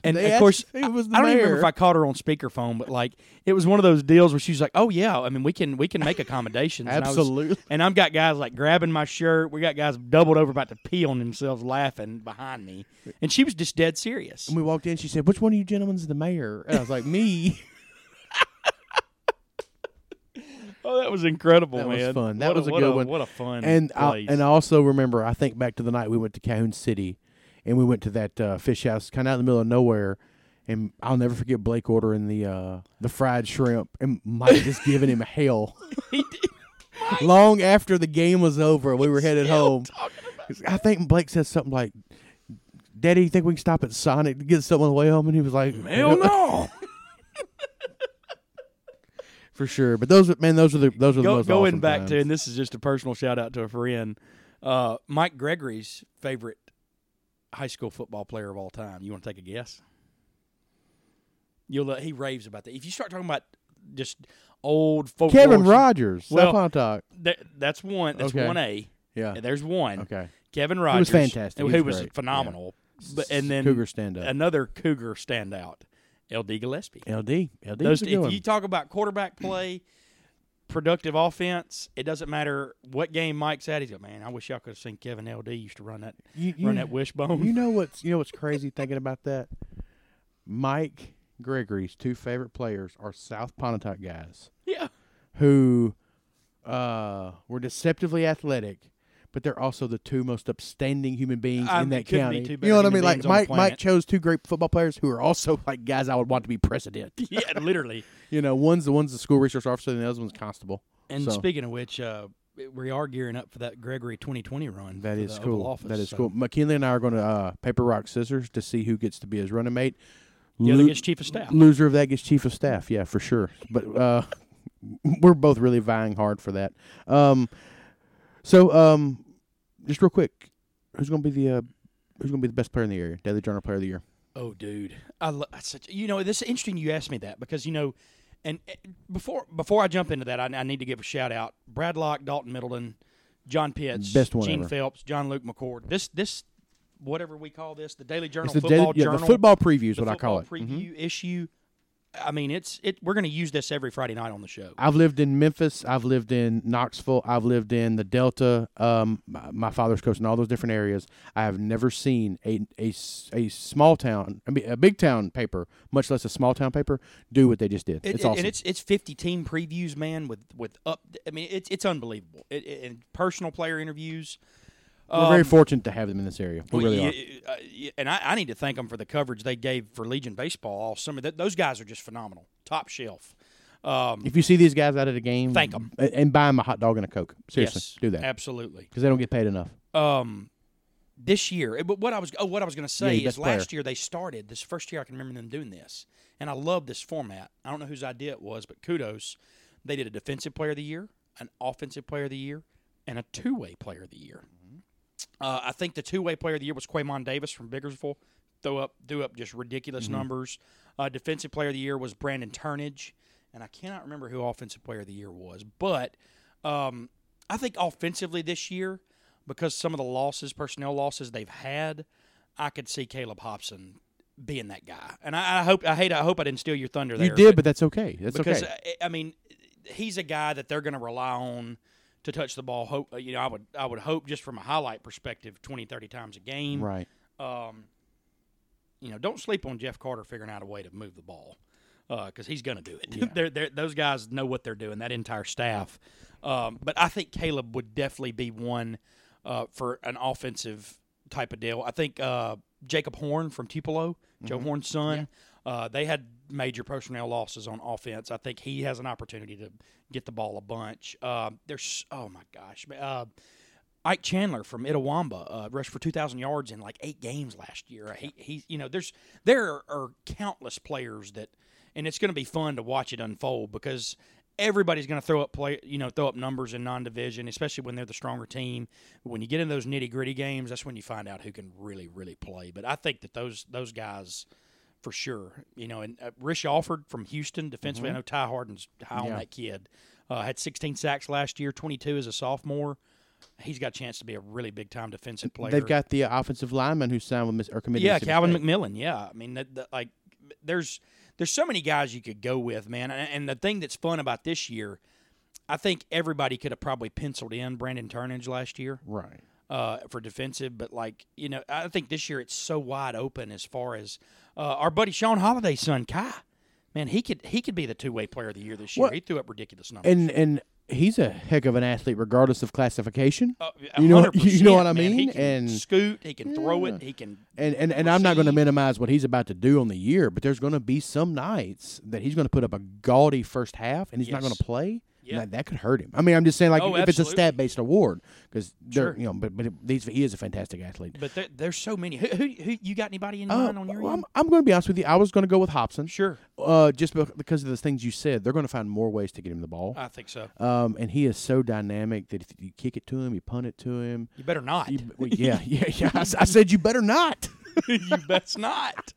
S1: And
S2: They
S1: of course,
S2: actually- it was the
S1: I don't even remember if
S2: mayor.
S1: I caught her on speakerphone, but like it was one of those deals where she was like, "Oh yeah, I mean we can we can make accommodations." And I was-
S2: Absolutely.
S1: And I've got guys like grabbing my shirt. We got guys doubled over about to pee on themselves, laughing behind me, and she was just dead serious.
S2: And we walked in. She said, "Which one of you gentlemen's the mayor?" And I was like, "Me."
S1: Oh, that was incredible,
S2: That was
S1: man!
S2: fun. That
S1: What
S2: was a
S1: what
S2: good one.
S1: What a fun
S2: and I,
S1: place.
S2: and I also remember I think back to the night we went to Cahoon City, and we went to that uh, fish house kind of out in the middle of nowhere, and I'll never forget Blake ordering the uh, the fried shrimp and Mike just giving him hell.
S1: He did-
S2: Long after the game was over, we were headed home.
S1: talking about-
S2: I think Blake said something like, "Daddy, you think we can stop at Sonic to get something on the way home?" And he was like,
S1: Hell no!
S2: for sure." But those, were- man, those are the those are the
S1: Go,
S2: most
S1: going
S2: awesome
S1: back
S2: times.
S1: to, and this is just a personal shout out to a friend, uh, Mike Gregory's favorite high school football player of all time. You want to take a guess? You'll uh, he raves about that. If you start talking about just old folk,
S2: Kevin Rogers,
S1: Well-
S2: well, talk.
S1: that's one. That's
S2: Okay.
S1: one A.
S2: Yeah.
S1: And there's one.
S2: Okay.
S1: Kevin
S2: was
S1: Rogers,
S2: fantastic.
S1: who
S2: He was
S1: was
S2: great.
S1: phenomenal. But and then
S2: Cougar stand up.
S1: another Cougar standout, L.D. Gillespie.
S2: LD. LD.
S1: Those,
S2: was a
S1: if
S2: good one.
S1: you talk about quarterback play, productive offense, it doesn't matter what game Mike's at. He's like, man, I wish y'all could have seen Kevin LD used to run that
S2: You- you-
S1: run that wishbone.
S2: You know what's you know what's crazy thinking about that? Mike Gregory's two favorite players are South Pontotoc guys
S1: yeah,
S2: who uh, were deceptively athletic, but they're also the two most upstanding human beings
S1: Um,
S2: in that
S1: couldn't be
S2: county.
S1: two
S2: you
S1: better
S2: know what I
S1: human
S2: mean? Like
S1: beings on the
S2: Mike Mike
S1: planet.
S2: chose two great football players who are also like guys I would want to be president.
S1: yeah, literally.
S2: You know, one's the one's the school resource officer and the other one's constable.
S1: And
S2: So,
S1: speaking of which, uh, we are gearing up for that Gregory 2020 run.
S2: that
S1: for
S2: is
S1: the Oval
S2: cool.
S1: Office,
S2: that is
S1: so.
S2: cool. McKinley and I are going to uh, paper rock scissors to see who gets to be his running mate.
S1: The other
S2: Lu-
S1: gets chief of staff.
S2: Loser of that gets chief of staff. Yeah, for sure. But uh, we're both really vying hard for that. Um, so um, just real quick, who's going to be the uh, who's going to be the best player in the area? Daily Journal Player of the Year.
S1: Oh, dude, I lo- I such you know this is interesting. You asked me that because you know, and eh, before before I jump into that, I, I need to give a shout out: Brad Locke, Dalton Middleton, John Pitts,
S2: Best one
S1: Gene
S2: ever.
S1: Phelps, John Luke McCord. This this whatever we call this, the Daily Journal
S2: It's the
S1: Oh, Football
S2: daily, yeah,
S1: Journal
S2: the football preview is
S1: the
S2: what I call it. Mm-hmm.
S1: football preview issue. I mean, it's it. We're going to use this every Friday night on the show.
S2: I've lived in Memphis. I've lived in Knoxville. I've lived in the Delta. Um, my, my father's coaching all those different areas. I have never seen a, a, s- a small town, I mean, a big town paper, much less a small town paper, do what they just did.
S1: It,
S2: it's
S1: it-
S2: awesome.
S1: And it's it's fifty team previews, man. With with up, I mean, it's it's unbelievable. It, it- and personal player interviews.
S2: We're very fortunate to have them in this area. We
S1: um, Well,
S2: really
S1: yeah,
S2: are.
S1: uh, yeah, and I, I need to thank them for the coverage they gave for Legion baseball all summer. Th- those guys are just phenomenal, top shelf. Um,
S2: If you see these guys out at a game,
S1: Thank 'em.
S2: a- And buy them a hot dog and a Coke. Seriously,
S1: yes,
S2: do that.
S1: absolutely.
S2: Because they don't get paid enough.
S1: Um, this year, eh, but what I was oh, what I was going to say
S2: Yeah,
S1: is
S2: best player.
S1: last year they started this first year I can remember them doing this, and I love this format. I don't know whose idea it was, but kudos. They did a defensive player of the year, an offensive player of the year, and a two way player of the year.
S2: Mm-hmm.
S1: Uh, I think the two way player of the year was Quamon Davis from Biggersville. Throw up, do up just ridiculous
S2: Mm-hmm.
S1: numbers. Uh, defensive player of the year was Brandon Turnage. And I cannot remember who offensive player of the year was. But um, I think offensively this year, because some of the losses, personnel losses they've had, I could see Caleb Hobson being that guy. And I, I hope, I hate, I hope I didn't steal your thunder there.
S2: You did, but that's okay. That's
S1: because,
S2: okay.
S1: I, I mean, he's a guy that they're going to rely on to touch the ball. Hope, you know, I would, I would hope just from a highlight perspective, 20, 30 times a game
S2: right.
S1: um, you know, don't sleep on Jeff Carter figuring out a way to move the ball because he's going to do it. they're, they're, those guys know what they're doing. That entire staff. Um, but I think Caleb would definitely be one uh, for an offensive type of deal. I think uh, Jacob Horn from Tupelo, Joe Horn's son. Uh, they had major personnel losses on offense. I think he has an opportunity to get the ball a bunch. Uh, there's oh my gosh, uh, Ike Chandler from Itawamba uh, rushed for 2,000 yards in like eight games last year. Uh, He, he, you know, there's there are countless players that, and it's going to be fun to watch it unfold because everybody's going to throw up play, you know, throw up numbers in non-division, especially when they're the stronger team. When you get in those nitty gritty games, that's when you find out who can really, really play. But I think that those those guys for sure. You know, and uh, Rish Alford from Houston, defensively, I know Ty Harden's high on
S2: Mm-hmm. Yeah.
S1: that kid. Uh, had 16 sacks last year, 22 as a sophomore. He's got a chance to be a really big time defensive player.
S2: They've got the offensive lineman who signed with Miss or committed. to
S1: yeah,
S2: Mississippi
S1: Calvin
S2: State.
S1: McMillan. Yeah, I mean, that, that, like, there's there's so many guys you could go with, man. And, and the thing that's fun about this year, I think everybody could have probably penciled in Brandon Turnage last year
S2: Right.
S1: uh, for defensive, but like you know, I think this year it's so wide open as far as uh, our buddy Sean Holiday's son Kai. Man, he could he could be the two way player of the year this year.
S2: Well,
S1: he threw up ridiculous numbers.
S2: And and he's a heck of an athlete, regardless of classification.
S1: Uh,
S2: you know-
S1: 100%,
S2: you know what I
S1: man. He
S2: mean?
S1: can
S2: And-
S1: scoot, he can throw it, he can.
S2: and and, and I'm not going to
S1: receive.
S2: minimize what he's about to do on the year, but there's going to be some nights that he's going to put up a gaudy first half, and he's not going
S1: Yes.
S2: to play.
S1: Yeah.
S2: Yeah. That, that could hurt him. I mean, I'm just saying, like,
S1: Oh,
S2: if it's a
S1: absolutely.
S2: stat based award, because
S1: Sure.
S2: you know, but but these he is a fantastic athlete.
S1: But there, there's so many. Who, who, who you got anybody in
S2: Uh,
S1: mind on your?
S2: well, I'm,
S1: end?
S2: I'm going to be honest with you. I was going to go with Hobson,
S1: sure,
S2: uh, just bec- because of the things you said. They're going to find more ways to get him the ball,
S1: I think so.
S2: um, and he is so dynamic that if you kick it to him, you punt it to him.
S1: You better not.
S2: You, well, yeah, yeah, yeah. I, s- I said you better not.
S1: you best not.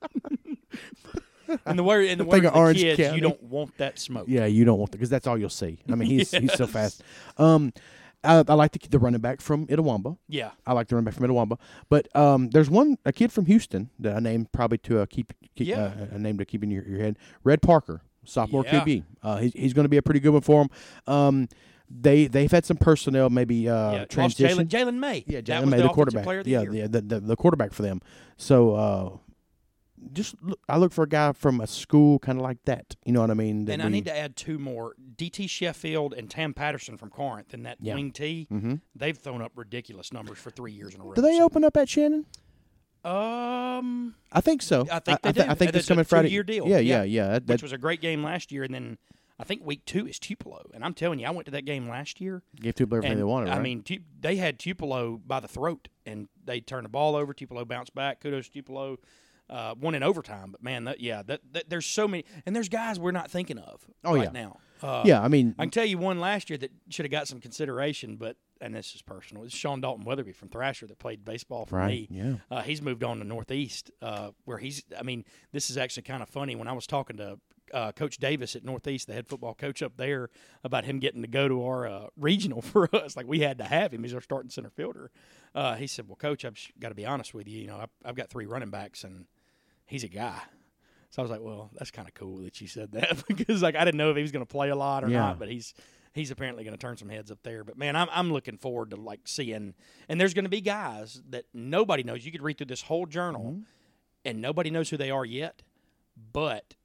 S1: and the word and the word
S2: Think of
S1: of the
S2: Orange
S1: kids,
S2: County.
S1: you don't want that smoke.
S2: Yeah, you don't want to because that's all you'll see. I mean, he's he's so fast. Um, I, I like the, the running back from Itawamba.
S1: yeah.
S2: I like the running back from Itawamba, but um, there's one a kid from Houston that I named probably to uh, keep, keep
S1: Yeah.
S2: uh, a name to keep in your, your head. Red Parker, sophomore
S1: Yeah.
S2: QB. Uh, he's he's going to be a pretty good one for him. Um, they they've had some personnel maybe uh,
S1: yeah. Lost
S2: transition.
S1: Jalen Jalen May.
S2: Yeah,
S1: That
S2: Jalen
S1: was
S2: May,
S1: the
S2: the
S1: offensive
S2: quarterback.
S1: Player of the
S2: yeah,
S1: year.
S2: yeah, the, the the quarterback for them. So uh, just look, I look for a guy from a school kind of like that. You know what I mean? that
S1: And I
S2: we-
S1: need to add two more: DT Sheffield and Tam Patterson from Corinth. And that
S2: Yeah.
S1: wing T,
S2: Mhm.
S1: they've thrown up ridiculous numbers for three years in a row.
S2: Do they
S1: So-
S2: open up at Shannon?
S1: Um,
S2: I think so.
S1: I think they
S2: I, thi-
S1: do.
S2: I think
S1: That's
S2: this
S1: a
S2: coming Friday.
S1: two-year deal.
S2: Yeah,
S1: Yeah.
S2: yeah, yeah. That,
S1: which
S2: that
S1: was a great game last year, and then I think week two is Tupelo. And I'm telling you, I went to that game last year.
S2: gave Tupelo everything
S1: and,
S2: they wanted.
S1: I
S2: right?
S1: mean, Tu- they had Tupelo by the throat, and they turned the ball over. Tupelo bounced back. Kudos to Tupelo. Uh, won in overtime, but man, that, yeah, that, that there's so many, and there's guys we're not thinking of
S2: Oh,
S1: right
S2: yeah.
S1: now. Uh,
S2: yeah, I mean,
S1: I can tell you one last year that should have got some consideration, but and this is personal. It's Sean Dalton Weatherby from Thrasher that played baseball for
S2: right?
S1: me.
S2: Yeah,
S1: Uh, he's moved on to Northeast, uh, where he's. I mean, this is actually kind of funny. When I was talking to uh, Coach Davis at Northeast, the head football coach up there, about him getting to go to our uh, regional for us, like we had to have him. He's our starting center fielder. Uh, he said, "Well, Coach, I've got to be honest with you. You know, I've, I've got three running backs, and he's a guy." So I was like, well, that's kind of cool that you said that because like I didn't know if he was going to play a lot or
S2: Yeah.
S1: not, but he's he's apparently going to turn some heads up there. But man, I'm I'm looking forward to like seeing and there's going to be guys that nobody knows. You could read through this whole journal
S2: Mm-hmm.
S1: and nobody knows who they are yet, but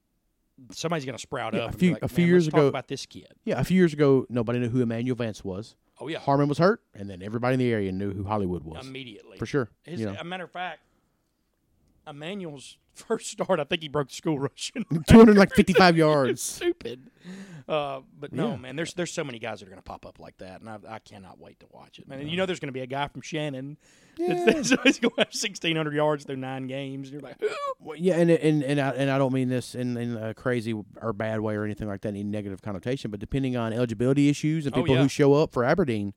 S1: somebody's going to sprout
S2: Yeah,
S1: up.
S2: a
S1: and be
S2: few-
S1: like,
S2: a few
S1: "Man,
S2: years
S1: let's talk
S2: ago-
S1: about this kid.
S2: Yeah, a few years ago, nobody knew who Emmanuel Vance was.
S1: Oh yeah,
S2: Harmon was hurt, and then everybody in the area knew who Hollywood was
S1: immediately
S2: for sure.
S1: His,
S2: you know.
S1: A matter of fact, Emmanuel's first start, I think he broke the school rushing.
S2: two hundred like fifty five yards.
S1: Stupid. Uh, but no,
S2: Yeah.
S1: man, there's there's so many guys that are going to pop up like that, and I, I cannot wait to watch it. Man, and you know there's going to be a guy from Shannon that's, that's, going to have 1,600 yards through nine games, and you're like, who?
S2: Well, yeah, and and and I, and I don't mean this in, in a crazy or bad way or anything like that, any negative connotation. But depending on eligibility issues and
S1: Oh,
S2: people
S1: yeah.
S2: who show up for Aberdeen,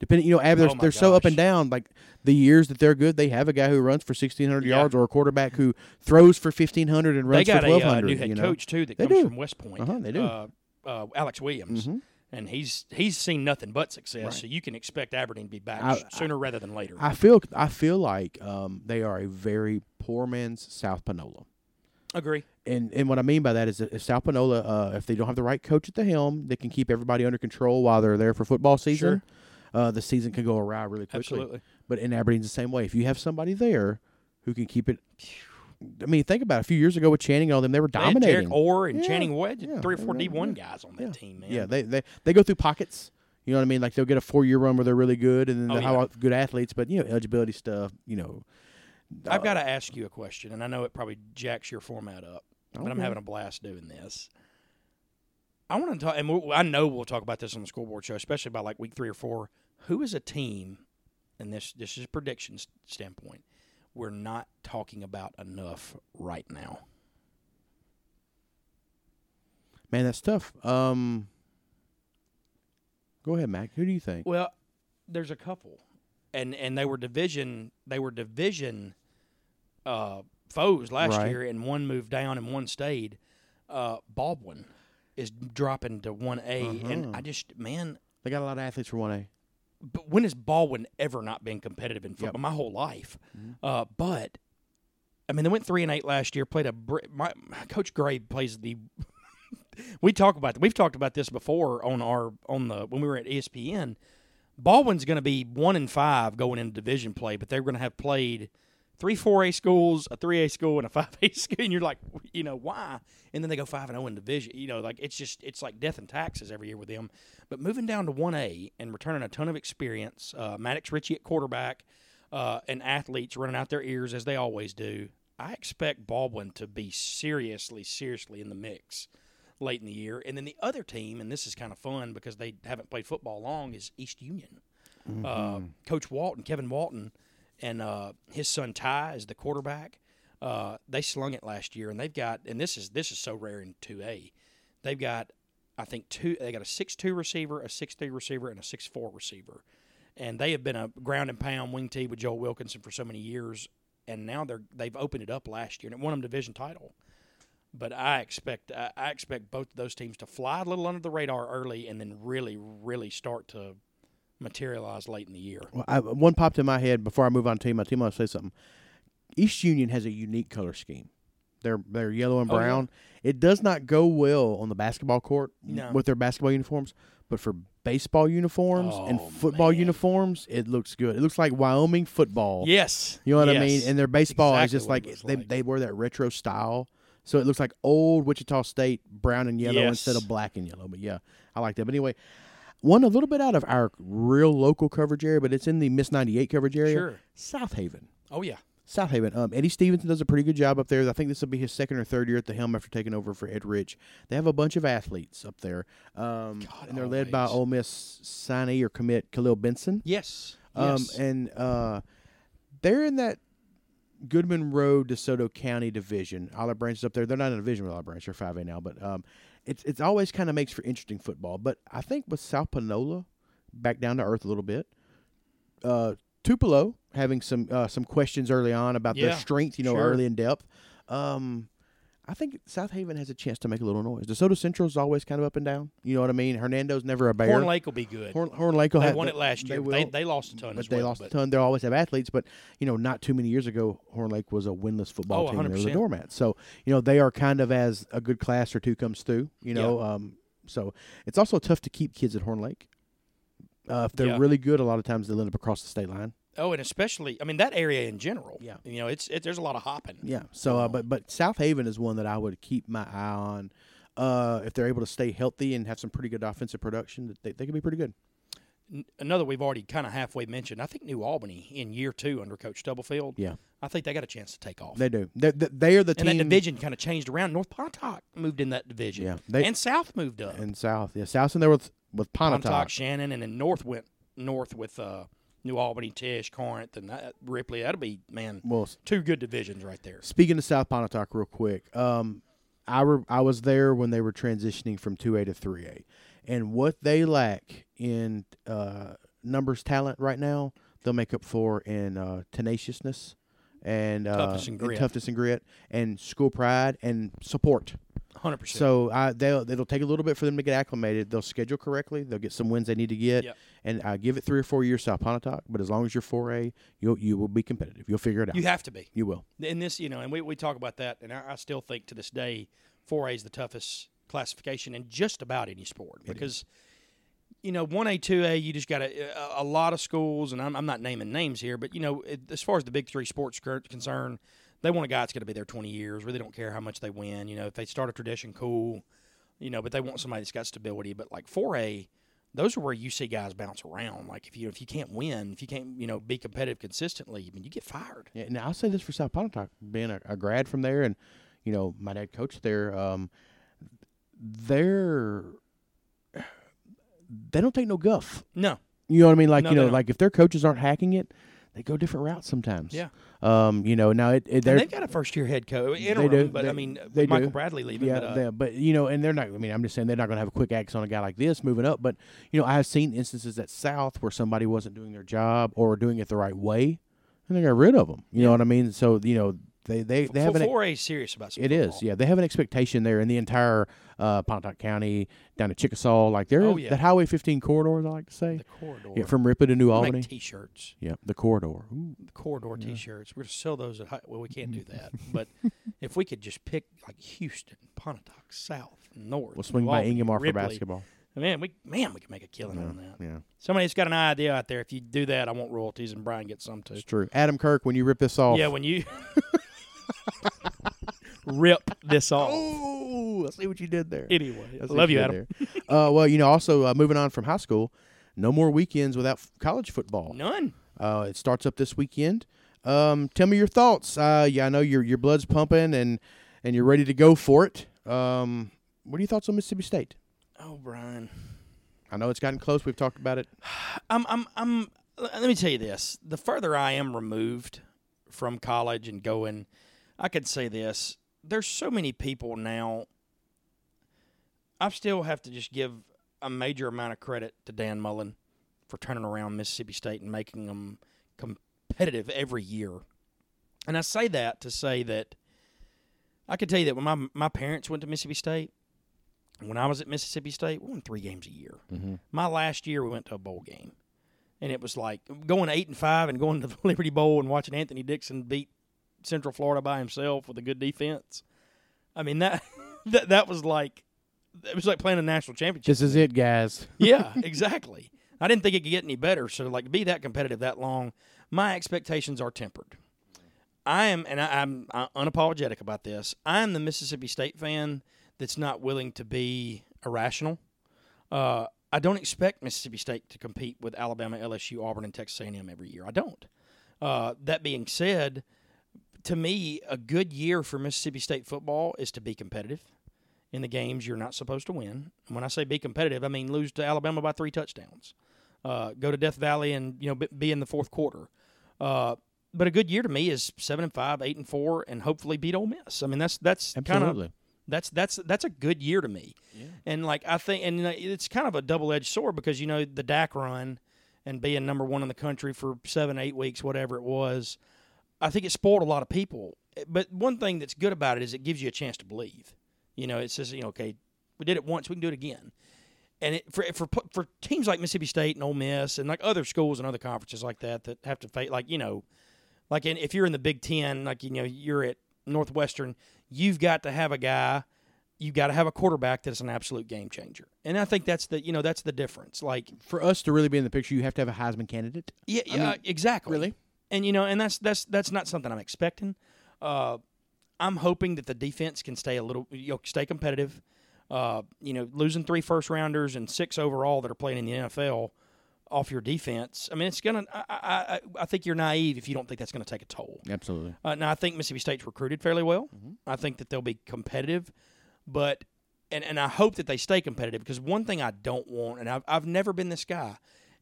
S2: depending, you know, Ab, they're,
S1: Oh, my
S2: they're so up
S1: gosh.
S2: and down. Like the years that they're good, they have a guy who runs for sixteen hundred
S1: Yeah.
S2: yards or a quarterback who throws for fifteen hundred and
S1: They
S2: runs
S1: got
S2: for
S1: a
S2: twelve
S1: uh,
S2: hundred.
S1: new head
S2: you know?
S1: coach too that
S2: They
S1: comes
S2: do.
S1: from West Point.
S2: Uh-huh, they do. Mm-hmm.
S1: Uh, uh, Alex Williams, and he's he's seen nothing but success. So you can expect Aberdeen to be back
S2: I-
S1: s- sooner rather than later.
S2: I feel I feel like um, they are a very poor man's South Panola.
S1: Agree.
S2: and and what I mean by that is that if South Panola, uh, if they don't have the right coach at the helm, they can keep everybody under control while they're there for football season. Uh, the season can go awry really quickly.
S1: Absolutely.
S2: But in Aberdeen's the same way. If you have somebody there who can keep it, I mean, think about it. A few years ago with Channing and all them, they were
S1: They had
S2: dominating.
S1: Jared Orr and
S2: Yeah,
S1: Channing Wedge,
S2: yeah,
S1: three or
S2: they
S1: four
S2: were-
S1: D one
S2: yeah,
S1: guys on that team, man.
S2: yeah, they, they they go through pockets. You know what I mean? Like they'll get a four year run where they're really good and then
S1: Oh,
S2: they'll
S1: yeah.
S2: have good athletes, but you know eligibility stuff. You know,
S1: I've got to ask you a question, and I know it probably jacks your format up, but I'm
S2: Okay.
S1: having a blast doing this. I want to talk, and we I know we'll talk about this on the school board show, especially by like week three or four. Who is a team, and this this is a prediction s- standpoint, we're not talking about enough right now.
S2: man, that's tough. Um, go ahead, Mac. Who do you think?
S1: Well, there's a couple, and and they were division they were division uh, foes last
S2: Right.
S1: year, and one moved down and one stayed. Uh, Baldwin is dropping to one A, and I just man,
S2: They got a lot of athletes for one A.
S1: but when has Baldwin ever not been competitive in football? My whole life, uh, but. I mean, they went three and eight last year. Played a br- my coach Gray plays the. we talk about we've talked about this before on our on the when we were at E ESPN. Baldwin's going to be one and five going into division play, but they're going to have played three four A schools, a three A school, and a five A school, and you're like, you know, why? And then they go five and zero in division. You know, like it's just it's like death and taxes every year with them. But moving down to one A and returning a ton of experience, uh, Maddox Ritchie at quarterback, uh, and athletes running out their ears as they always do. I expect Baldwin to be seriously, seriously in the mix late in the year. And then the other team, and this is kind of fun because they haven't played football long, is East Union. Uh, Coach Walton, Kevin Walton, and uh, his son Ty is the quarterback. Uh, they slung it last year, and they've got, and this is this is so rare in two A. They've got, I think two. They got a six two receiver, a six three receiver, and a six four receiver, and they have been a ground and pound wing tee with Joel Wilkinson for so many years, and now they're they've opened it up last year and it won them division title but I expect I, I expect both of those teams to fly a little under the radar early and then really really start to materialize late in the year.
S2: Well, I, one popped in my head before I move on to my team. I'll say something. East Union has a unique color scheme. They're they're yellow and
S1: Oh, yeah.
S2: brown. It does not go well on the basketball court
S1: No.
S2: with their basketball uniforms, but for baseball uniforms and
S1: Oh,
S2: football
S1: man.
S2: uniforms, it looks good. It looks like Wyoming football.
S1: Yes,
S2: You know what I
S1: Yes.
S2: mean? And their baseball
S1: Exactly
S2: is just
S1: what
S2: like
S1: it looks
S2: they,
S1: like.
S2: they wear that retro style. So it looks like old Wichita State brown and yellow
S1: Yes.
S2: instead of black and yellow. But yeah, I like that. But anyway, one a little bit out of our real local coverage area, but it's in the Miss 98 coverage area.
S1: Sure.
S2: South Haven.
S1: oh yeah,
S2: South Haven. Um, Eddie Stevenson does a pretty good job up there. I think this will be his second or third year at the helm after taking over for Ed Rich. They have a bunch of athletes up there, um,
S1: God,
S2: and they're led by
S1: always.
S2: Ole Miss signee or commit Khalil Benson.
S1: yes,
S2: Um,
S1: yes.
S2: and uh, they're in that Goodman Road, DeSoto County division. Olive Branch is up there. They're not in a division with Olive Branch. They're five A now, but um, it's it's always kind of makes for interesting football. But I think with South Panola back down to earth a little bit, uh, Tupelo having some uh, some questions early on about
S1: Yeah,
S2: their strength, you know,
S1: sure.
S2: early in depth. Um, I think South Haven has a chance to make a little noise. DeSoto Central is always kind of up and down. You know what I mean? Hernando's never a bear.
S1: Horn Lake will be good.
S2: Horn, Horn Lake will
S1: they
S2: have-
S1: won it last year.
S2: They
S1: but They,
S2: will.
S1: they lost a ton.
S2: but
S1: as
S2: they
S1: well,
S2: lost a
S1: but-
S2: ton. They always have athletes, but you know, not too many years ago, Horn Lake was a winless football
S1: Oh,
S2: team. They were the
S1: 100%.
S2: doormat. So you know, they are kind of as a good class or two comes through. You know, um, so it's also tough to keep kids at Horn Lake. Uh, if they're
S1: Yeah.
S2: really good, a lot of times they'll end up across the state line.
S1: Oh, and especially, I mean, that area in general.
S2: Yeah.
S1: You know, it's it, there's a lot of hopping.
S2: Yeah. So, uh, but but South Haven is one that I would keep my eye on. Uh, if they're able to stay healthy and have some pretty good offensive production, that they, they could be pretty good.
S1: N- Another we've already kind of halfway mentioned. I think New Albany in year two under Coach Stubblefield.
S2: Yeah.
S1: I think they got a chance to take off.
S2: They do. They, they, they are the
S1: and
S2: team.
S1: that division kind of changed around. North Pontock moved in that division.
S2: Yeah, they-
S1: and South moved up.
S2: and South, yeah, South in there with with Pontotoc.
S1: Pontock, Shannon, and then North went north with uh, New Albany, Tish, Corinth, and that, Ripley. That'll be man,
S2: Well, s-
S1: two good divisions right there.
S2: speaking of South Pontotoc, real quick, um, I re- I was there when they were transitioning from two A to three A, and what they lack in uh, numbers talent right now, they'll make up for in uh, tenaciousness and uh,
S1: Toughness and grit.
S2: toughness and grit, and school pride and support.
S1: Hundred percent.
S2: So I, they'll it'll take a little bit for them to get acclimated. They'll schedule correctly. They'll get some wins they need to get,
S1: Yep.
S2: and I give it three or four years to Pontotoc. But as long as you're four A, you you will be competitive. You'll figure it out.
S1: you have to be.
S2: you will.
S1: And this, you know, and we, we talk about that, and I, I still think to this day, 4A is the toughest classification in just about any sport because, you know, 1A, 2A, you just got a, a- a lot of schools, and I'm, I'm not naming names here, but, you know, it- as far as the big three sports cur- concern, they want a guy that's going to be there 20 years, really don't care how much they win. You know, if they start a tradition, cool, you know, but they want somebody that's got stability. But like 4A, those are where you see guys bounce around. Like if you if you can't win, if you can't you know be competitive consistently, I mean you get fired.
S2: Yeah, and I'll say this for South Pontotoc, being a, a grad from there, and you know my dad coached there. Um, they're they don't take no guff.
S1: No,
S2: You know what I mean? Like
S1: No,
S2: you
S1: they
S2: know,
S1: don't.
S2: like if their coaches aren't hacking it, they go different routes sometimes.
S1: Yeah.
S2: Um, you know, now it, it
S1: And
S2: they're
S1: they've got a first year head coach
S2: They
S1: interim,
S2: do.
S1: but
S2: They-
S1: I mean, with
S2: they do.
S1: Michael Bradley leaving.
S2: Yeah,
S1: but, uh,
S2: they- but you know, and they're not. I mean, I'm just saying they're not going to have a quick axe on a guy like this moving up. But you know, I have seen instances at South where somebody wasn't doing their job or doing it the right way, and they got rid of them. You know what I mean? So you know, they they they have an
S1: four A serious about some
S2: it is,
S1: football.
S2: yeah. They have an expectation there in the entire uh, Pontotoc County down to Chickasaw, like there,
S1: Oh, yeah.
S2: that Highway 15 corridor, as I like to say,
S1: The corridor.
S2: yeah, from Ripley to New
S1: We
S2: Albany.
S1: make T-shirts.
S2: yeah, the corridor. Ooh,
S1: The corridor T-shirts. We're gonna sell those at high, well, we can't do that. but if we could just pick like Houston, Pontotoc, South, North,
S2: we'll swing
S1: New
S2: by
S1: Albany,
S2: Ingemar for
S1: Ripley,
S2: basketball.
S1: Man, we man, we could make a killing on that.
S2: Yeah,
S1: Somebody's got an idea out there. If you do that, I want royalties, and Brian gets some too.
S2: it's true. Adam Kirk, when you rip this off,
S1: Yeah, when you rip this off.
S2: oh, I see what you did there.
S1: Anyway,
S2: I see
S1: love
S2: what
S1: you,
S2: did
S1: Adam.
S2: there. uh, well, you know, also uh, moving on from high school, no more weekends without f- college football.
S1: None.
S2: Uh, it starts up this weekend. Um, tell me your thoughts. Uh, yeah, I know your your blood's pumping and and you're ready to go for it. Um, what are your thoughts on Mississippi State?
S1: Oh, Brian.
S2: I know it's gotten close. We've talked about it.
S1: I'm, I'm, I'm. l- Let me tell you this: the further I am removed from college and going, I could say this. There's so many people now. I still have to just give a major amount of credit to Dan Mullen for turning around Mississippi State and making them competitive every year. And I say that to say that I can tell you that when my my parents went to Mississippi State, when I was at Mississippi State, we won three games a year. My last year, we went to a bowl game, and it was like going eight and five and going to the Liberty Bowl and watching Anthony Dixon beat Central Florida by himself with a good defense. I mean that that that was like it was like playing a national championship.
S2: This is it, guys.
S1: yeah, exactly. I didn't think it could get any better. So like to be that competitive that long, my expectations are tempered. I am, and I, I'm uh, unapologetic about this. I am the Mississippi State fan that's not willing to be irrational. Uh, I don't expect Mississippi State to compete with Alabama, LSU, Auburn, and Texas A&M every year. I don't. Uh, that being said, to me, a good year for Mississippi State football is to be competitive in the games you're not supposed to win. And when I say be competitive, I mean lose to Alabama by three touchdowns, uh, go to Death Valley, and you know be, be in the fourth quarter. Uh, but a good year to me is seven and five, eight and four, and hopefully beat Ole Miss. I mean that's that's kind of
S2: Absolutely.
S1: that's that's that's a good year to me. And like I think, and uh, it's kind of a double edged sword because you know the DAC run and being number one in the country for seven, eight weeks, whatever it was. I think it spoiled a lot of people. But one thing that's good about it is it gives you a chance to believe. You know, it says, you know, okay, we did it once, we can do it again. And it, for for for teams like Mississippi State and Ole Miss and like other schools and other conferences like that that have to face like you know, like in, if you're in the Big Ten, like you know you're at Northwestern, you've got to have a guy, you've got to have a quarterback that's an absolute game changer. And I think that's the you know that's the difference. Like
S2: For us to really be in the picture, you have to have a Heisman candidate.
S1: yeah,
S2: I mean,
S1: yeah, exactly.
S2: really?
S1: And you know, and that's that's that's not something I'm expecting. Uh, I'm hoping that the defense can stay a little, you know, stay competitive. Uh, you know, losing three first rounders and six overall that are playing in the NFL off your defense. I mean, it's gonna. I, I, I- I think you're naive if you don't think that's gonna take a toll.
S2: Absolutely.
S1: Uh, now, I think Mississippi State's recruited fairly well. I think that they'll be competitive, but and, and I hope that they stay competitive because one thing I don't want, and I've, I've never been this guy,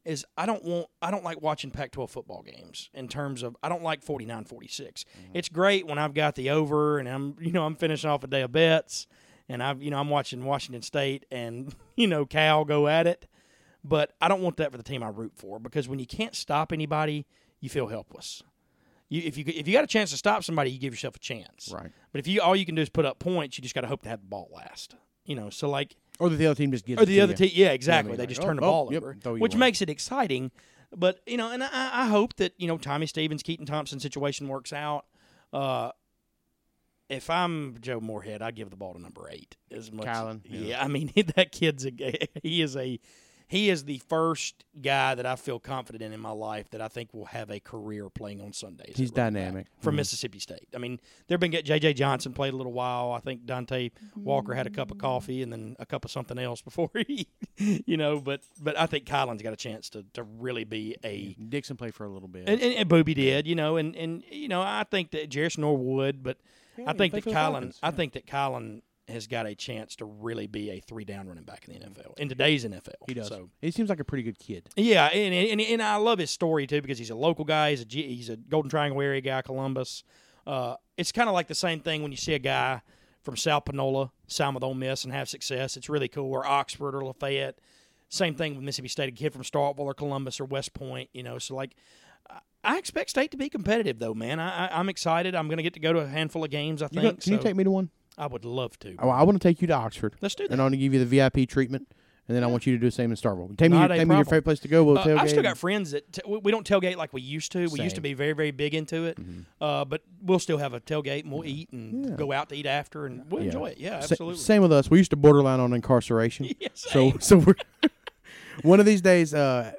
S1: is I don't want I don't like watching Pac-12 football games in terms of I don't like 49-46. It's great when I've got the over and I'm you know I'm finishing off a day of bets and I've you know I'm watching Washington State and you know Cal go at it but I don't want that for the team I root for because when you can't stop anybody, you feel helpless. You, if you if you got a chance to stop somebody, you give yourself a chance.
S2: Right.
S1: But if you all you can do is put up points, you just got to hope to have the ball last. You know, so like
S2: Or that the other team just gives
S1: or
S2: it
S1: the
S2: to
S1: other
S2: you.
S1: team, yeah, exactly.
S2: mean,
S1: they
S2: like,
S1: just
S2: oh,
S1: turn the
S2: oh,
S1: ball
S2: yep,
S1: over,
S2: throw you
S1: which
S2: one.
S1: makes it exciting. But you know, and I, I hope that you know Tommy Stevens, Keaton Thompson situation works out. Uh, if I'm Joe Moorhead, I give the ball to number eight as much.
S2: Kylan,
S1: yeah.
S2: yeah.
S1: I mean that kid's a g- he is a he is the first guy that I feel confident in in my life that I think will have a career playing on Sundays.
S2: He's
S1: at running back
S2: dynamic.
S1: from Mississippi State. I mean, they've been getting J.J. Johnson played a little while. I think Dante Walker had a cup of coffee and then a cup of something else before he, you know. But but I think Kylan's got a chance to, to really be a
S2: Dixon played for a little bit.
S1: and, and, and Booby did, you know, and and you know I think that Jarris Norwood, but I think
S2: play
S1: that
S2: for the
S1: Kylan,
S2: Falcons,
S1: I think that Kylan has got a chance to really be a three down running back in the NFL in today's NFL.
S2: he does.
S1: So.
S2: he seems like a pretty good kid.
S1: Yeah, and, and and I love his story too because he's a local guy. He's a G- he's a Golden Triangle area guy, Columbus. Uh, it's kind of like the same thing when you see a guy from South Panola sign with Ole Miss and have success. It's really cool. Or Oxford or Lafayette. Same thing with Mississippi State. A kid from Starkville or Columbus or West Point. You know, so like. I- I expect state to be competitive, though, man. I, I, I'm excited. I'm going to get to go to a handful of games. I
S2: You
S1: think.
S2: go- can you
S1: so
S2: take me to one?
S1: I would love to.
S2: I, want to take you to Oxford,
S1: Let's do that.
S2: and I want to give you the VIP treatment, and then I want you to do the same in Starville. Take me,
S1: Not a
S2: take me to your
S1: problem.
S2: favorite place to go. We'll
S1: Uh,
S2: tailgate.
S1: I've still got friends that t- we we don't tailgate like we used to. We used to
S2: Same. Mm-hmm.
S1: be very, very big into it, uh, but we'll still have a tailgate and we'll eat and
S2: Yeah.
S1: go out to eat after and we'll
S2: Yeah.
S1: enjoy it. Yeah,
S2: Sa-
S1: absolutely.
S2: same with us. We used to borderline on incarceration.
S1: Yeah,
S2: so
S1: same.
S2: so we're one of these days. Uh,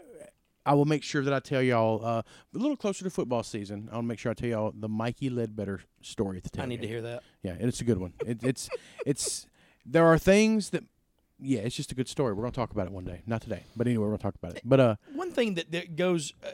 S2: I will make sure that I tell y'all uh, a little closer to football season. I'll make sure I tell y'all the Mikey Ledbetter story at the tailgate.
S1: I need to hear that.
S2: Yeah, and it's a good one. It, it's it's there are things that yeah, it's just a good story. We're gonna talk about it one day, not today, but anyway, we're gonna talk about it. But uh,
S1: One thing that, that goes, uh,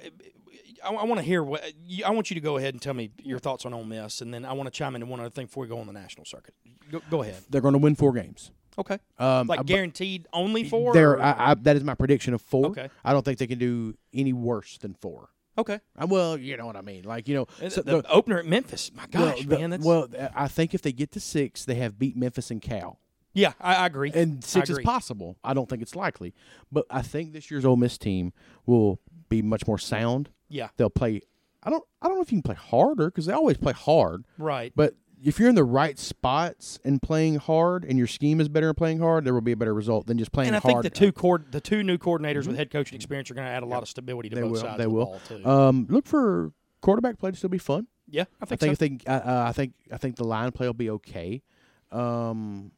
S1: I, want to hear what you, I want you to go ahead and tell me your thoughts on Ole Miss, and then I want to chime into one other thing before we go on the national circuit. Go, go ahead.
S2: they're gonna win four games.
S1: Okay.
S2: Um,
S1: Like
S2: I-
S1: guaranteed only four.
S2: They're,
S1: or-
S2: I, I, that is my prediction of four.
S1: Okay.
S2: I don't think they can do any worse than four.
S1: okay.
S2: Uh, well, you know what I mean. Like you know, so
S1: the,
S2: the-
S1: opener at Memphis. My
S2: well,
S1: gosh,
S2: the-
S1: man. That's,
S2: well, th- I think if they get to six, they have beat Memphis and Cal,
S1: yeah, I, I agree.
S2: and six is
S1: agree.
S2: possible. I don't think it's likely, but I think this year's Ole Miss team will be much more sound.
S1: yeah,
S2: They'll play. I don't. I don't know if you can play harder because they always play hard.
S1: right.
S2: But if you're in the right spots and playing hard, and your scheme is better at playing hard, there will be a better result than just playing
S1: And I
S2: hard. Uh, Mm-hmm.
S1: think the two cord, the two new coordinators with head coaching experience are going to add a lot of stability to
S2: they
S1: both
S2: will.
S1: sides
S2: They
S1: of the
S2: will.
S1: ball too.
S2: Um, look for quarterback play to still be fun.
S1: yeah, I
S2: I
S1: think,
S2: think
S1: so.
S2: if they, uh, uh, I think I think the line play will be okay. Um,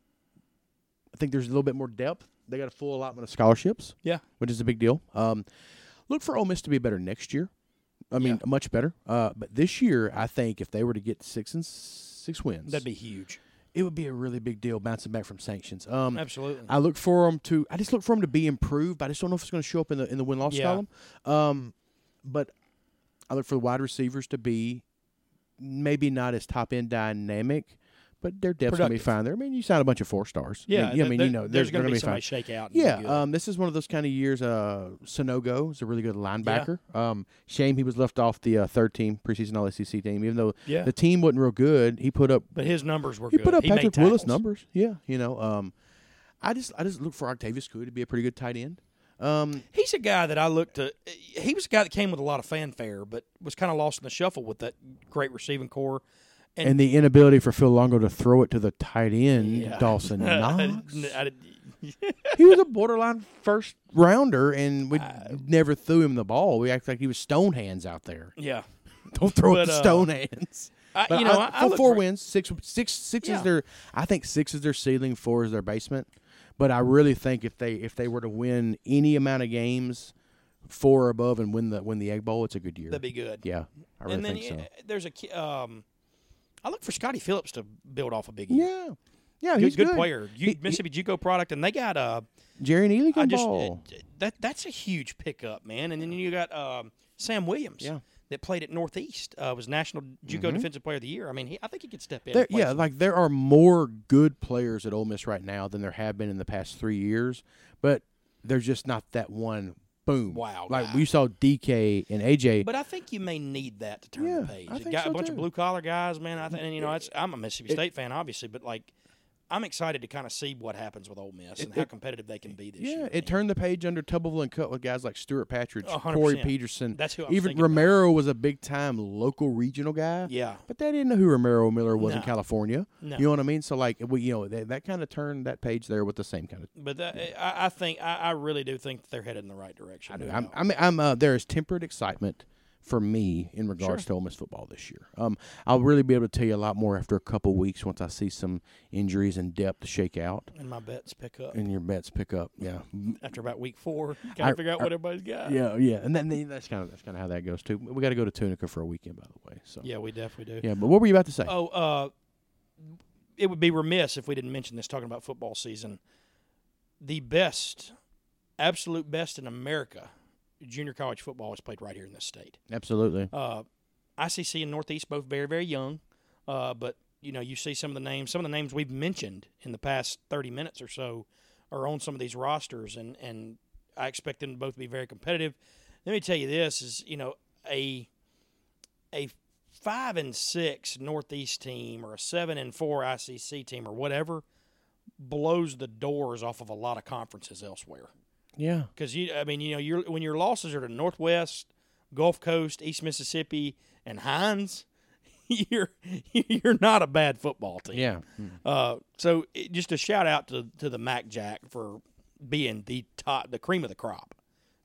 S2: I think there's a little bit more depth. They got a full allotment of scholarships,
S1: yeah,
S2: which is a big deal. Um, look for Ole Miss to be better next year. I mean,
S1: Yeah.
S2: much better. Uh, but this year, I think if they were to get six and s- six wins,
S1: that'd be huge.
S2: it would be a really big deal bouncing back from sanctions. Um,
S1: Absolutely.
S2: I look for them to. I just look for them to be improved. But I just don't know if it's going to show up in the in the win loss
S1: Yeah.
S2: column. Um, but I look for the wide receivers to be maybe not as top end dynamic, but their depth's going to be
S1: Productive.
S2: fine there. I mean, you signed a bunch of four stars. I
S1: yeah,
S2: mean, yeah, I mean, you know, they're-
S1: there's
S2: they're
S1: going to be
S2: gonna fine.
S1: somebody shake out. and be
S2: Yeah,
S1: good.
S2: um, this is one of those kind of years. Uh, Sonogo is a really good linebacker. Um, shame he was left off the uh, third team preseason All SEC team, even though
S1: Yeah.
S2: the team wasn't real good. He put up
S1: but his numbers were
S2: he
S1: good.
S2: put up
S1: he made
S2: Patrick Willis
S1: tackles.
S2: numbers. Yeah, you know, um, I just I just look for Octavius Cooley to be a pretty good tight end. Um,
S1: He's a guy that I look to. He was a guy that came with a lot of fanfare, but was kind of lost in the shuffle with that great receiving core.
S2: and, the inability for Phil Longo to throw it to the tight end,
S1: Yeah.
S2: Dawson Knox.
S1: I didn't-
S2: he was a borderline first rounder, and we never threw him the ball. We act like he was stone hands out there.
S1: yeah,
S2: Don't throw
S1: But,
S2: it to
S1: uh,
S2: stone hands.
S1: I,
S2: But
S1: you know, I,
S2: I-
S1: I
S2: four-
S1: look
S2: four
S1: for-
S2: wins, six, six, six
S1: Yeah.
S2: is their. I think six is their ceiling. Four is their basement. But I really think if they if they were to win any amount of games, four or above, and win the win the Egg Bowl, it's a good year.
S1: That'd be good.
S2: yeah, I really
S1: and then
S2: think so.
S1: uh, there's a ki- um, I look for Scotty Phillips to build off a big year.
S2: Yeah, yeah,
S1: good,
S2: Oh, he's
S1: good player. You,
S2: He- he-
S1: Mississippi JUCO product, and they got uh,
S2: Jerry Neely
S1: I
S2: can
S1: just
S2: ball.
S1: uh, that that's a huge pickup, man. And then you got um, Sam Williams,
S2: Yeah. Mm-hmm.
S1: that played at Northeast, uh, was National JUCO Defensive Player of the Year. I mean, he, I think he could step in.
S2: There,
S1: and play
S2: yeah,
S1: some-
S2: like there are more good players at Ole Miss right now than there have been in the past three years, but there's just not that one boom.
S1: Wow,
S2: Like
S1: guy.
S2: we saw DK and AJ.
S1: But I think you may need that to turn
S2: Yeah,
S1: the page.
S2: I
S1: You
S2: think
S1: got
S2: so,
S1: a bunch
S2: too.
S1: of blue collar guys, man. I think and, you know it's, I'm a Mississippi State fan, obviously, but like I'm excited to kind of see what happens with Ole Miss and how competitive they can be this
S2: yeah,
S1: year.
S2: it turned the page under Tuberville and Cut with guys like Stuart Patridge,
S1: A hundred
S2: Corey
S1: percent.
S2: Peterson.
S1: That's who I was
S2: even
S1: thinking about.
S2: Romero was a big time local regional guy.
S1: Yeah.
S2: But they didn't know who Romero Miller was in
S1: No.
S2: California.
S1: No.
S2: You know what I mean? So like we, you know, that, that kind of turned that page there with the same kind of
S1: But that, I, I think I, I really do think that they're headed in the right direction.
S2: I do.
S1: no
S2: I'm,
S1: doubt.
S2: I'm, I'm uh, there is tempered excitement for me in regards to Ole Miss football this year. Um, I'll really be able to tell you a lot more after a couple weeks once I see some injuries and depth shake out
S1: and my bets pick up
S2: and your bets pick up. Yeah,
S1: after about week four. Got
S2: I-
S1: to figure out what everybody's got.
S2: yeah, oh, yeah. And then then Uh, that's kind of that's kind of how that goes too. We got to go to Tunica for a weekend, by the way. So
S1: Yeah, we definitely do.
S2: yeah. But what were you about to say?
S1: Oh, uh, it would be remiss if we didn't mention this talking about football season. The best, absolute best in America, junior college football is played right here in this state.
S2: Absolutely.
S1: Uh, ICC and Northeast both very, very young, uh, but you know you see some of the names, some of the names we've mentioned in the past thirty minutes or so are on some of these rosters, and and I expect them to both be very competitive. Let me tell you this: is you know a a five and six Northeast team or a seven and four ICC team or whatever blows the doors off of a lot of conferences elsewhere.
S2: Yeah.
S1: Because you, I mean, you know, your when your losses are to Northwest, Gulf Coast, East Mississippi, and Hines, you're you're not a bad football team.
S2: Yeah. Hmm.
S1: Uh, so it, just a shout out to to the Mac Jack for being the top, the cream of the crop.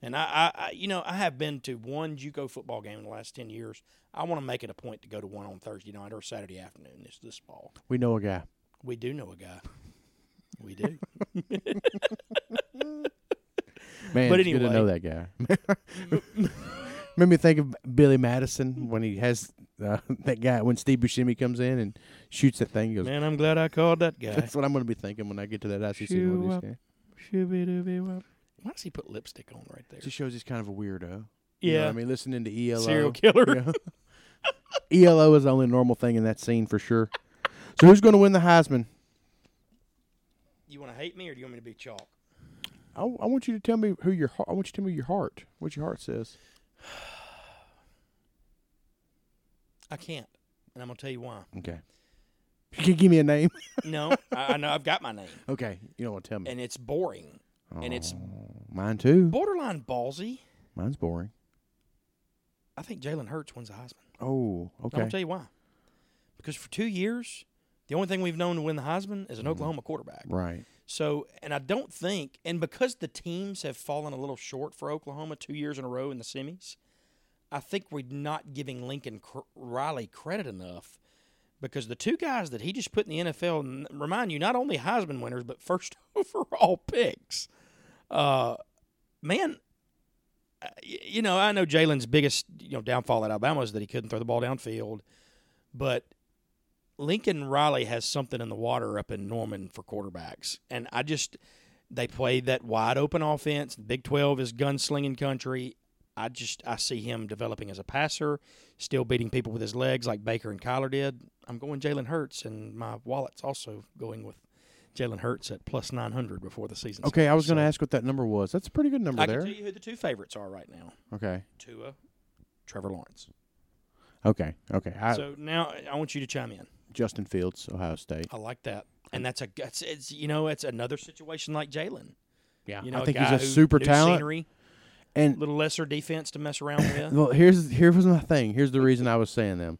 S1: And I, I, I, you know, I have been to one JUCO football game in the last ten years. I want to make it a point to go to one on Thursday night or Saturday afternoon this this fall.
S2: We know a guy.
S1: We do know a guy. We do.
S2: Man,
S1: But
S2: it's good to
S1: anyway.
S2: know that guy. Made me think of Billy Madison when he has uh, that guy when Steve Buscemi comes in and shoots that thing. He goes,
S1: Man, I'm glad I called that guy.
S2: "That's what I'm going to be thinking when I get to that ICC."
S1: Shoo
S2: one of these
S1: up.
S2: days."
S1: Why does he put lipstick on right there?
S2: Just shows he's kind of a weirdo. you know
S1: yeah,
S2: what I mean, listening to ELO.
S1: serial killer.
S2: Yeah. ELO is the only normal thing in that scene for sure. So who's going to win the Heisman?
S1: You want to hate me or do you want me to be chalk?
S2: I, I want you to tell me who your heart. I want you to tell me your heart. What your heart says.
S1: I can't, and I'm gonna tell you why.
S2: Okay. You can give me a name.
S1: No, I, I know I've got my name,
S2: okay. You don't want to tell me. Oh,
S1: and it's boring, and it's
S2: Mine too.
S1: borderline ballsy.
S2: Mine's boring.
S1: I think Jalen Hurts wins the Heisman.
S2: Oh,
S1: I'm
S2: okay.
S1: gonna tell you why. Because for two years, the only thing we've known to win the Heisman
S2: Mm-hmm.
S1: is an Oklahoma quarterback.
S2: right.
S1: So, and I don't think, and because the teams have fallen a little short for Oklahoma two years in a row in the semis, I think we're not giving Lincoln cr- Riley credit enough because the two guys that he just put in the NFL, and remind you, not only Heisman winners, but first overall picks. Uh, man, uh, y- you know, I know Jalen's biggest you know downfall at Alabama is that he couldn't throw the ball downfield, but Lincoln Riley has something in the water up in Norman for quarterbacks, and I just they play that wide open offense. Big Twelve is gunslinging country. I just I see him developing as a passer, still beating people with his legs like Baker and Kyler did. I'm going Jalen Hurts, and my wallet's also going with Jalen Hurts at plus nine hundred before the season.
S2: Okay, I was going to
S1: to
S2: ask what that number was. That's a pretty good number
S1: I
S2: there.
S1: can tell you who the two favorites are right now:
S2: Okay.
S1: Tua, Trevor Lawrence.
S2: Okay. Okay. I,
S1: so now I want you to chime in.
S2: Justin Fields, Ohio State.
S1: I like that, and that's a that's it's you know it's another situation like Jalen.
S2: Yeah,
S1: You know,
S2: I think
S1: a guy
S2: he's a
S1: who
S2: super
S1: knew
S2: talent.
S1: scenery,
S2: and
S1: little lesser defense to mess around with.
S2: Well, here's here was my thing. Here's the reason I was saying them.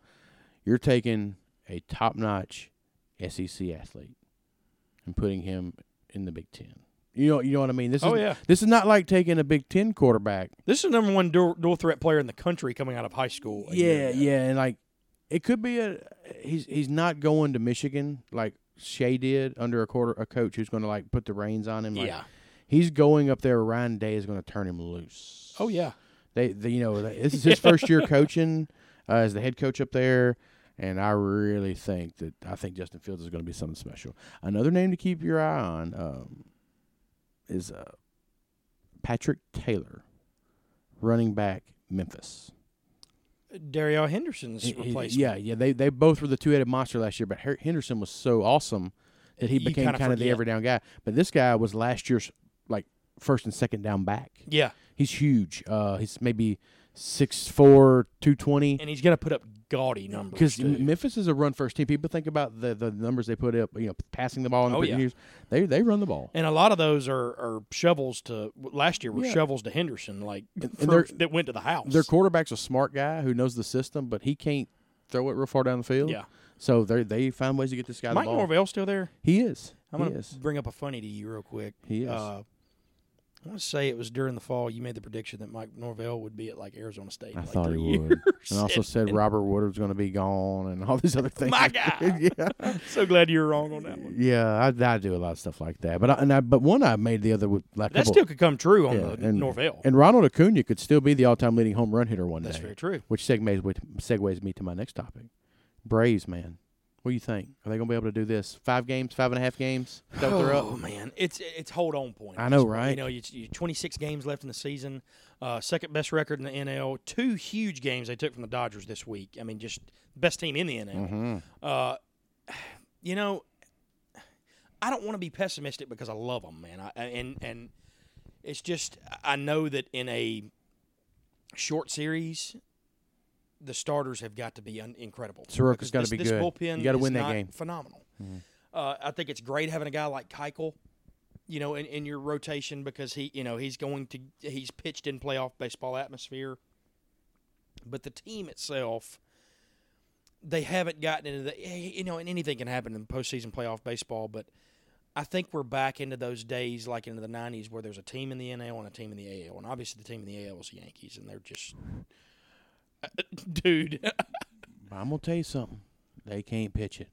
S2: You're taking a top notch SEC athlete and putting him in the Big Ten. You know, you know what I mean. This
S1: Oh,
S2: is
S1: yeah.
S2: this is not like taking a Big Ten quarterback.
S1: This is the number one dual, dual threat player in the country coming out of high school. a year
S2: Yeah,
S1: ago.
S2: yeah, and like it could be a he's he's not going to Michigan like Shea did under a quarter a coach who's going to like put the reins on him. Like,
S1: yeah.
S2: he's going up there. Ryan Day is going to turn him loose.
S1: Oh yeah.
S2: they, they you know they- this is his first year coaching uh, as the head coach up there and i really think that i think justin fields is going to be something special another name to keep your eye on um, is uh, patrick taylor running back memphis
S1: Dario Henderson's
S2: He- he-
S1: replacement.
S2: yeah yeah they, they both were the two-headed monster last year but Her- henderson was so awesome that he
S1: You
S2: became
S1: kinda
S2: kind of the
S1: forget.
S2: every down guy but this guy was last year's like first and second down back
S1: Yeah.
S2: he's huge uh, he's maybe 6'4 220
S1: And he's gonna put up gaudy numbers.
S2: because
S1: too.
S2: Memphis is a run first team. People think about the, the numbers they put up, you know, passing the ball in the
S1: Oh,
S2: picking
S1: yeah.
S2: years. They they run the ball.
S1: and a lot of those are, are shovels to last year were
S2: Yeah.
S1: shovels to Henderson, like
S2: And- and
S1: for,
S2: they're-
S1: that went to the house.
S2: Their quarterback's a smart guy who knows the system, but he can't throw it real far down the field.
S1: Yeah.
S2: So they they find ways to get this guy
S1: Mike
S2: the ball.
S1: Norvell still there?
S2: he is.
S1: I'm
S2: he
S1: gonna
S2: is.
S1: bring up a funny to you real quick.
S2: He is.
S1: Uh, I want to say it was during the fall you made the prediction that Mike Norvell would be at like Arizona State. in,
S2: I
S1: like
S2: thought he
S1: three
S2: would.
S1: years.
S2: And also said Robert Woodard's going to be gone and all these other things.
S1: My guy.
S2: yeah.
S1: so glad you were wrong on that one.
S2: Yeah, I, I do a lot of stuff like that. But I, and I but one I made the other with like
S1: That
S2: couple-
S1: still could come true on
S2: Yeah,
S1: the
S2: and-
S1: Norvell.
S2: and Ronald Acuna could still be the all-time leading home run hitter one
S1: That's
S2: day.
S1: very true.
S2: which segues with, segues me to my next topic. Braves, man, what do you think? Are they gonna be able to do this? Five games, five and a half games. Is that what they're
S1: Oh
S2: up?
S1: man, it's it's hold on point.
S2: I
S1: at
S2: know,
S1: this point.
S2: right?
S1: You know, you, you 26 games left in the season, uh, second best record in the NL. Two huge games they took from the Dodgers this week. I mean, just best team in the NL.
S2: Mm-hmm.
S1: Uh, you know, I don't want to be pessimistic because I love them, man. I, I- and and it's just I know that in a short series, the starters have got to be un- incredible. Because
S2: Soroka's gotta
S1: this-
S2: be
S1: this
S2: good.
S1: Bullpen
S2: You gotta
S1: is
S2: win that
S1: not
S2: game. Mm-hmm.
S1: Phenomenal. Uh, I think it's great having a guy like Keuchel, you know, in, in your rotation because he, you know, he's going to he's pitched in playoff baseball atmosphere. But the team itself, they haven't gotten into the you know, and anything can happen in postseason playoff baseball, but I think we're back into those days like into the '90s where there's a team in the NL and a team in the AL, and obviously the team in the AL is the Yankees, and they're just, dude,
S2: I'm gonna tell you something. They can't pitch it.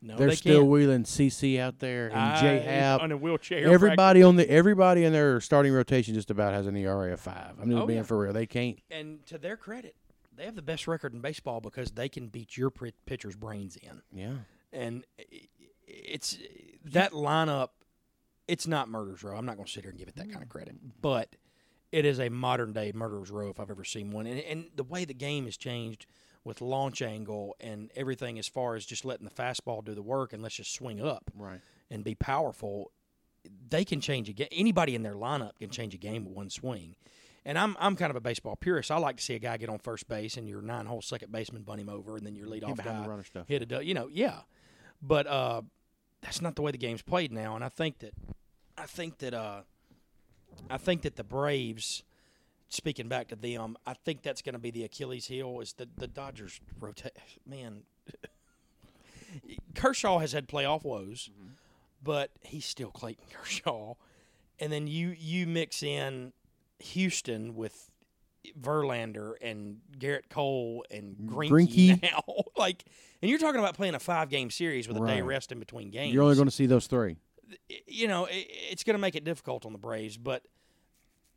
S1: no,
S2: They're
S1: they
S2: still
S1: can't.
S2: wheeling CC out there and J
S1: I-
S2: Hap.
S1: on a wheelchair.
S2: Everybody on the everybody in their starting rotation just about has an ERA of five. I'm just
S1: Oh,
S2: being
S1: yeah.
S2: for real. They can't.
S1: and to their credit, they have the best record in baseball because they can beat your pr- pitcher's brains in.
S2: Yeah.
S1: And i- i- it's that lineup. It's not murderers row. I'm not going to sit here and give it that kind
S2: Mm.
S1: of credit, but it is a modern day murderers row if I've ever seen one. And, and the way the game has changed with launch angle and everything, as far as just letting the fastball do the work and let's just swing up
S2: Right.
S1: and be powerful, they can change a game. Anybody in their lineup can change a game with one swing. And I'm I'm kind of a baseball purist. I like to see a guy get on first base and your nine hole second baseman bunt him over, and then your leadoff
S2: behind
S1: guy
S2: the runner stuff.
S1: hit a du- you know yeah. But uh, that's not the way the game's played now, and I think that I think that uh, I think that the Braves. Speaking back to them, I think that's going to be the Achilles heel is the the Dodgers rotate. Man, Kershaw has had playoff woes, but he's still Clayton Kershaw. And then you you mix in Houston with Verlander and Garrett Cole and Grinky,
S2: Greinke.
S1: now, like, and you're talking about playing a five game series with a day
S2: Right.
S1: rest in between games.
S2: You're only going to see those three.
S1: you know, it, it's going to make it difficult on the Braves, but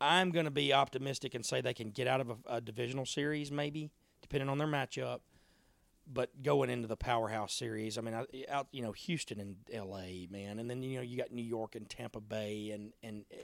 S1: I'm going to be optimistic and say they can get out of a, a divisional series, maybe depending on their matchup. But going into the powerhouse series, I mean, I, out you know Houston and L.A. man, and then you know you got New York and Tampa Bay, and and eh,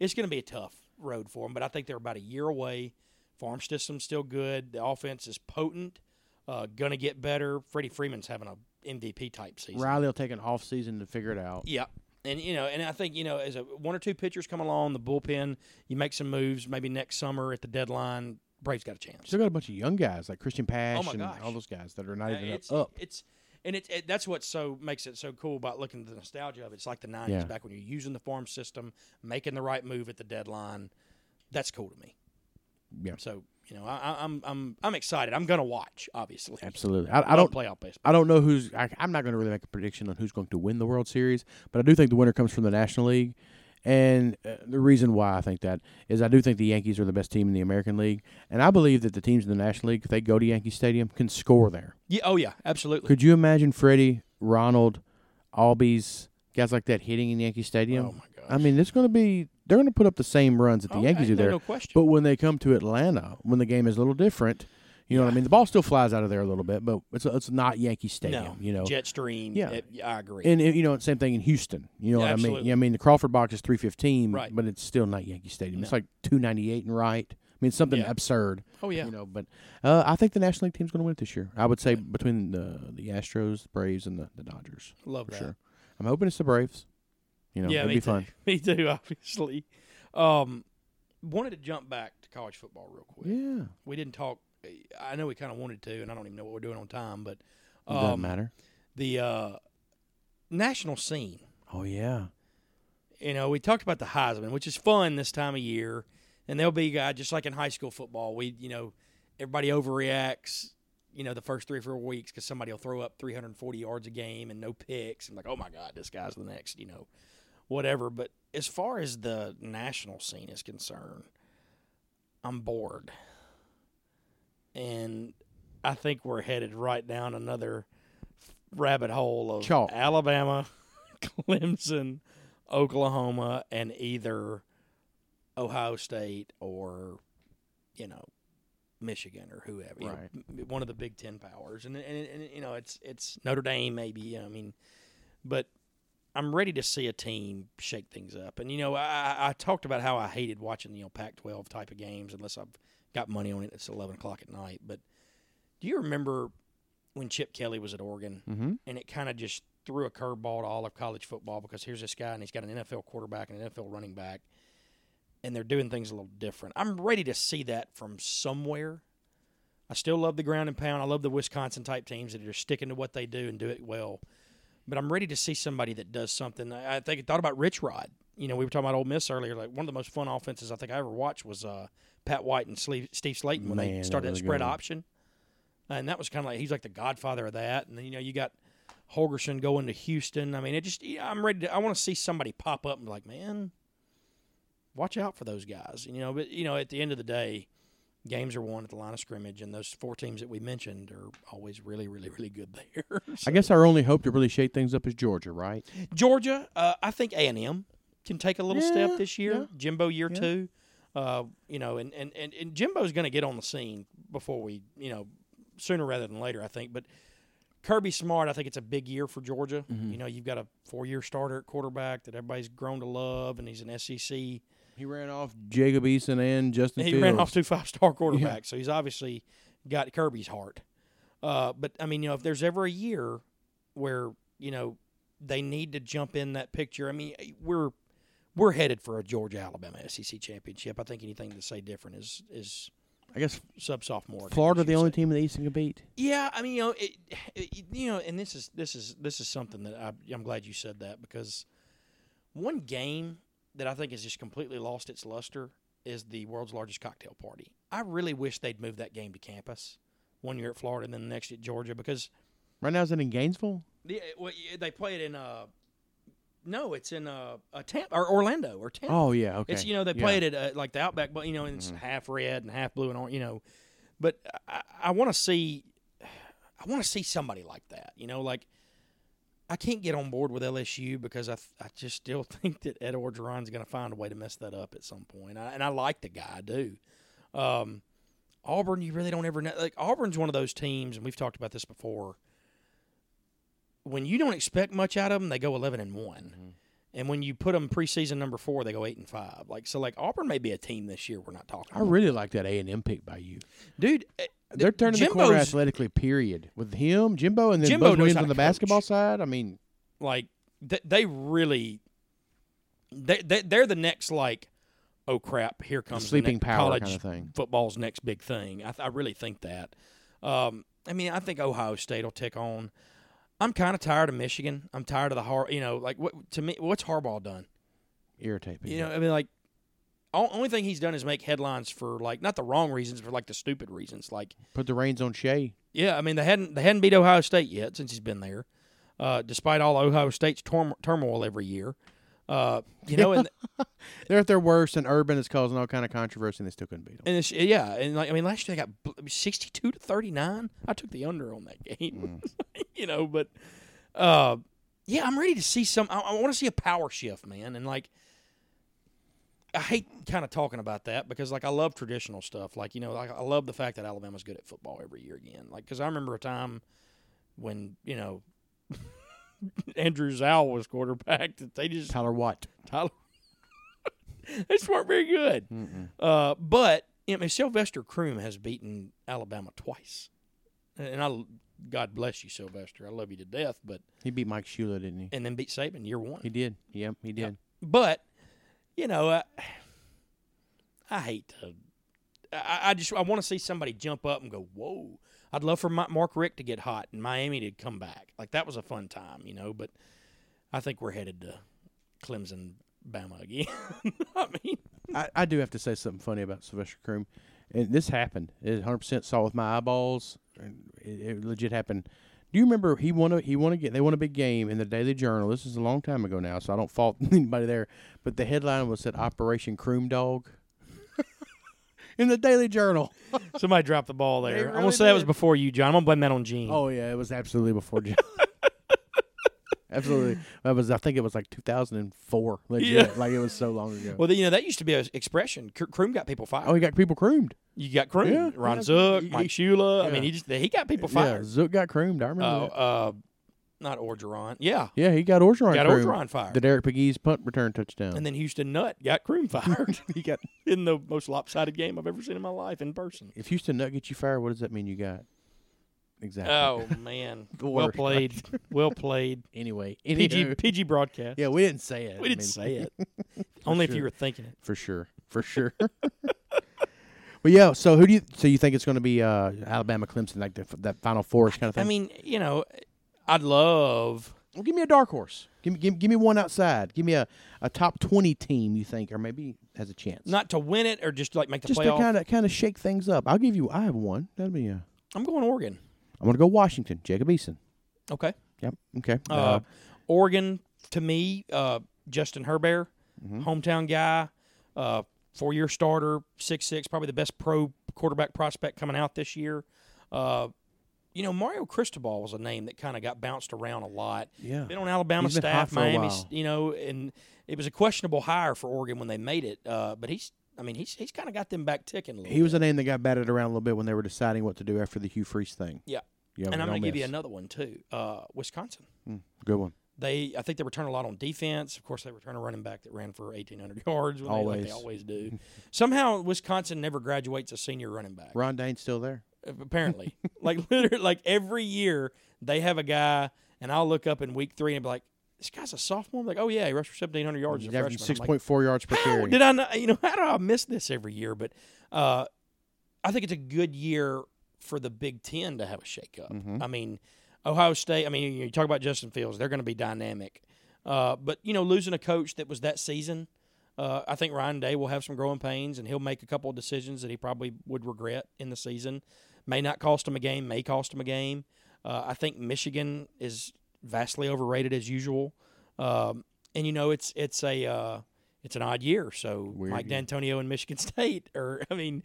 S1: it's going to be a tough road for them. But I think they're about a year away. Farm system's still good. The offense is potent. Uh, gonna get better. Freddie Freeman's having a MVP type season.
S2: Riley will take an off season to figure it out.
S1: Yeah. And you know, and I think you know, as a, one or two pitchers come along, the bullpen, you make some moves. Maybe next summer at the deadline, Braves got a chance.
S2: Still got a bunch of young guys like Christian Pash
S1: Oh my
S2: and
S1: gosh.
S2: all those guys that are not
S1: Uh,
S2: even
S1: it's,
S2: up. Oh.
S1: it's and it, it that's what so makes it so cool about looking at the nostalgia of it. It's like the '90s
S2: Yeah.
S1: back when you're using the farm system, making the right move at the deadline. That's cool to me.
S2: Yeah.
S1: So you know, I, I- I'm I'm I'm excited. I'm gonna watch. Obviously,
S2: Absolutely. I, I
S1: Love
S2: don't.
S1: playoff baseball.
S2: I don't know who's. I, I'm not going to really make a prediction on who's going to win the World Series, but I do think the winner comes from the National League. And uh, the reason why I think that is I do think the Yankees are the best team in the American League, and I believe that the teams in the National League, if they go to Yankee Stadium, can score there.
S1: Yeah. Oh yeah. Absolutely.
S2: Could you imagine Freddie, Ronald, Albies, guys like that hitting in Yankee Stadium?
S1: Oh my god.
S2: I mean, it's going to be they're going to put up the same runs that the
S1: Oh,
S2: Yankees
S1: ain't no-
S2: do there.
S1: No question.
S2: But when they come to Atlanta, when the game is a little different, you know what I mean. The ball still flies out of there a little bit, but it's it's not Yankee Stadium,
S1: no.
S2: you know.
S1: jet stream.
S2: Yeah.
S1: it- I agree.
S2: and it- you know, same thing in Houston. You know
S1: Yeah,
S2: what I mean?
S1: absolutely.
S2: Yeah, I mean the Crawford box is three fifteen,
S1: Right.
S2: but it's still not Yankee Stadium. It's
S1: No.
S2: like two ninety eight and right. I mean it's something
S1: Yeah.
S2: absurd.
S1: oh yeah.
S2: You know, but uh, I think the National League team's going to win it this year. I would say between the the Astros, Braves, and the, the Dodgers
S1: Love
S2: for
S1: that.
S2: sure. I'm hoping it's the Braves. You know,
S1: Yeah,
S2: it'd
S1: me
S2: be
S1: too.
S2: fun.
S1: Me too. Obviously. Um, wanted to jump back to college football real quick.
S2: Yeah,
S1: we didn't talk. I know we kind of wanted to, and I don't even know what we're doing on time, but
S2: it doesn't
S1: um,
S2: matter.
S1: the uh, national scene.
S2: Oh yeah,
S1: You know, we talked about the Heisman, which is fun this time of year, and there'll be a guy just like in high school football. We, you know, everybody overreacts. You know, the first three or four weeks because somebody will throw up 340 yards a game and no picks, and like, oh my god, this guy's the next. You know, whatever. But as far as the national scene is concerned, I'm bored. And I think we're headed right down another rabbit hole of
S2: Chalk.
S1: Alabama, Clemson, Oklahoma, and either Ohio State or, you know, Michigan or whoever, you know,
S2: Right.
S1: m- one of the Big Ten powers, and, and and you know it's it's Notre Dame maybe. I mean, but I'm ready to see a team shake things up. And you know, I, I- I talked about how I hated watching the you know, Pac-12 type of games unless I've got money on it. It's 11 o'clock at night. But do you remember when Chip Kelly was at Oregon
S2: mm-hmm.
S1: and it kind of just threw a curveball to all of college football because here's this guy and he's got an NFL quarterback and an NFL running back, and they're doing things a little different. I'm ready to see that from somewhere. I still love the ground and pound. I love the Wisconsin type teams that are sticking to what they do and do it well. But I'm ready to see somebody that does something. I I think I thought about Rich Rod. You know, we were talking about Ole Miss earlier. Like one of the most fun offenses I think I ever watched was uh, Pat White and Sle- Steve Slayton when
S2: Man,
S1: they
S2: that
S1: started that,
S2: was a good
S1: spread
S2: one.
S1: option. And that was kind of like he's like the godfather of that. And then you know you got Holgerson going to Houston. I mean, it just yeah, I'm ready to. I want to see somebody pop up and be like, man, watch out for those guys. You know, but you know, at the end of the day, games are won at the line of scrimmage, and those four teams that we mentioned are always really, really, really good there.
S2: I guess our only hope to really shake things up is Georgia, right?
S1: Georgia, uh, I think A and M can take a little
S2: Yeah,
S1: step this year.
S2: yeah.
S1: Jimbo year
S2: Yeah.
S1: two, uh, you know, and and and, and Jimbo's going to get on the scene before we, you know, sooner rather than later, I think. But Kirby Smart, I think it's a big year for Georgia.
S2: Mm-hmm.
S1: You know, you've got a four-year starter at quarterback that everybody's grown to love, and he's an E SEC
S2: He ran off Jacob Eason and Justin
S1: he
S2: Fields.
S1: ran off two five star quarterbacks, so he's obviously got Kirby's heart. Uh, but I mean, you know, if there's ever a year where you know they need to jump in that picture, I mean, we're we're headed for a Georgia Alabama SEC championship. I think anything to say different is is
S2: I guess
S1: sub sophomore.
S2: Florida, the only team in the East that can beat.
S1: Yeah, I mean, you know, it, it, you know, and this is this is this is something that I, I'm glad you said that because one game that I think has just completely lost its luster is the world's largest cocktail party. I really wish they'd moved that game to campus one year at Florida and then the next at Georgia because
S2: Right now, is it in Gainesville?
S1: the, eh, well, yeah, they play it in uh no, it's in uh, a Tampa or Orlando or Tampa.
S2: Oh yeah, Mm-hmm. okay.
S1: It's you know they play it at uh, like the Outback, but you know and it's half red and half blue and all you know. But I, I want to see, I want to see somebody like that. You know, like I can't get on board with LSU because I th- I just still think that Ed Orgeron's going to find a way to mess that up at some point. I, and I like the guy, I do. Um, Auburn, you really don't ever know. Like Auburn's one of those teams, and we've talked about this before. When you don't expect much out of them, they go eleven and one. And when you put them preseason number four, they go eight and five. Like so, like Auburn may be a team this year we're not talking.
S2: I
S1: about.
S2: really like that A and M pick by you.
S1: dude, eh,
S2: They're turning the corner
S1: Jimbo's-
S2: athletically. Period. With him, Jimbo, and then
S1: Jimbo
S2: Buzz
S1: knows
S2: Williams
S1: how
S2: on
S1: to
S2: the
S1: coach.
S2: basketball side. I mean,
S1: like they, they really, they, they they're the next like, oh crap, here comes the
S2: sleeping
S1: next
S2: power
S1: college
S2: kind of thing.
S1: football's next big thing. I, th- I really think that. Um, I mean, I think Ohio State will tick on. I'm kind of tired of Michigan. I'm tired of the Har. You know, like what to me, what's Harbaugh done?
S2: Irritate people.
S1: You know, I mean, like o- only thing he's done is make headlines for like not the wrong reasons, but like the stupid reasons. Like
S2: Put the reins on Shea.
S1: yeah, I mean they hadn't they hadn't beat Ohio State yet since he's been there, uh, despite all Ohio State's turm- turmoil every year. Uh, you know, and
S2: They're at their worst, and Urban is causing all kind of controversy, and they still couldn't beat them.
S1: and it's, yeah, and like I mean last year they got bl- sixty-two to thirty-nine. I took the under on that game,
S2: Mm.
S1: you know. But uh, yeah, I'm ready to see some. I, I want to see a power shift, man, and like. I hate kind of talking about that because, like, I love traditional stuff. Like, you know, like I love the fact that Alabama's good at football every year again. Like, because I remember a time when you know Andrew Zal was quarterback that they just
S2: Tyler Watt.
S1: Tyler. they just weren't very good. Uh, but you know, Sylvester Croom has beaten Alabama twice, and I, God bless you, Sylvester. I love you to death, but
S2: He beat Mike Shula, didn't he?
S1: and then beat Saban year one.
S2: He did. Yep, he did.
S1: But you know, I, I hate to. I, I just I want to see somebody jump up and go, "Whoa!" I'd love for Mi- Mark Rick to get hot and Miami to come back. Like that was a fun time, you know. But I think we're headed to Clemson, Bama again. I mean,
S2: I, I do have to say something funny about Sylvester Croom. And this happened. It 100% saw with my eyeballs. And it, it legit happened. Do you remember he won a he won a ga- they won a big game in the Daily Journal. This is a long time ago now, so I don't fault anybody there. But the headline was said Operation Croom Dog in the Daily Journal.
S1: somebody dropped the ball there.
S2: They
S1: I'm gonna
S2: really
S1: say that was
S2: did.
S1: before you, John. I'm gonna blame that on Gene.
S2: Oh yeah, it was absolutely before John. absolutely, that was I think it was like 2004. Legit.
S1: Yeah.
S2: like it was so long ago.
S1: Well, you know that used to be an expression. Cr- Croom got people fired.
S2: oh, he got people croomed.
S1: you got Croom,
S2: Yeah,
S1: Ron
S2: yeah.
S1: Zook,
S2: He-
S1: Mike Shula. I
S2: yeah.
S1: mean, he just he got people
S2: Yeah,
S1: fired.
S2: Zook got croomed. I remember.
S1: Oh,
S2: that.
S1: uh, not Orgeron. Yeah,
S2: Yeah, he got Orgeron.
S1: got
S2: croomed.
S1: Orgeron fired.
S2: The Derek Pegues punt return touchdown.
S1: and then Houston Nutt got Croom fired. he got in the most lopsided game I've ever seen in my life in person.
S2: if Houston Nut gets you fired, what does that mean you got? Exactly.
S1: Oh man,
S2: The
S1: well
S2: worst.
S1: played, well played.
S2: anyway,
S1: PG
S2: anywho.
S1: PG broadcast.
S2: Yeah, we didn't say it.
S1: we
S2: I
S1: didn't
S2: mean,
S1: say it. Only if you
S2: sure.
S1: were thinking it.
S2: for sure, for sure. Well, yeah. So who do you? So you think it's going to be uh, Alabama, Clemson, like the, that Final Four kind of thing?
S1: I mean, you know, I'd love.
S2: Well, give me a dark horse. Give me, give, give me one outside. Give me a, a top twenty team you think, or maybe has a chance.
S1: Not to win it or just like make the
S2: just to
S1: playoff.
S2: kind of kind of shake things up. I'll give you. I have one. That'll be. Uh,
S1: I'm going Oregon.
S2: I'm gonna go Washington. Jacob Eason.
S1: Okay.
S2: Yep. Okay.
S1: Uh, Oregon to me, uh, Justin Herbert,
S2: Mm-hmm.
S1: hometown guy, uh, four year starter, six six, probably the best pro quarterback prospect coming out this year. Uh, you know, Mario Cristobal was a name that kind of got bounced around a lot.
S2: Yeah.
S1: been on Alabama
S2: He's been hot
S1: staff,
S2: for a
S1: Miami,
S2: while.
S1: you know, and it was a questionable hire for Oregon when they made it. Uh, but he's, I mean, he's he's kind of got them back ticking a little.
S2: he was a name that got batted around a little bit when they were deciding what to do after the Hugh Freeze thing.
S1: Yeah.
S2: Yeah.
S1: and I'm
S2: don't
S1: going to give you
S2: miss.
S1: another one too. Uh, Wisconsin.
S2: good one.
S1: They, I think they return a lot on defense. Of course, they return a running back that ran for 1,800 yards. When They, like they
S2: Always.
S1: always do. Somehow, Wisconsin never graduates a senior running back. uh,
S2: Ron Dane's still there.
S1: Apparently, like literally, like every year they have a guy, and I'll look up in week three and be like, "This guy's a sophomore." I'm like, "Oh yeah, he rushed for 1,700 yards."
S2: He's
S1: as a
S2: averaging
S1: freshman." I'm
S2: six
S1: like,
S2: point four yards per
S1: how
S2: carry.
S1: did I not, you know, how do I miss this every year? But uh, I think it's a good year for the Big Ten to have a shakeup. I mean, Ohio State, I mean, you talk about Justin Fields, they're going to be dynamic. Uh, but, you know, losing a coach that was that season, uh, I think Ryan Day will have some growing pains and he'll make a couple of decisions that he probably would regret in the season. May not cost him a game, may cost him a game. Uh, I think Michigan is vastly overrated as usual. Um, and you know it's it's a uh, it's an odd year. So
S2: Weird
S1: Mike
S2: year.
S1: D'Antonio and Michigan State, or I mean,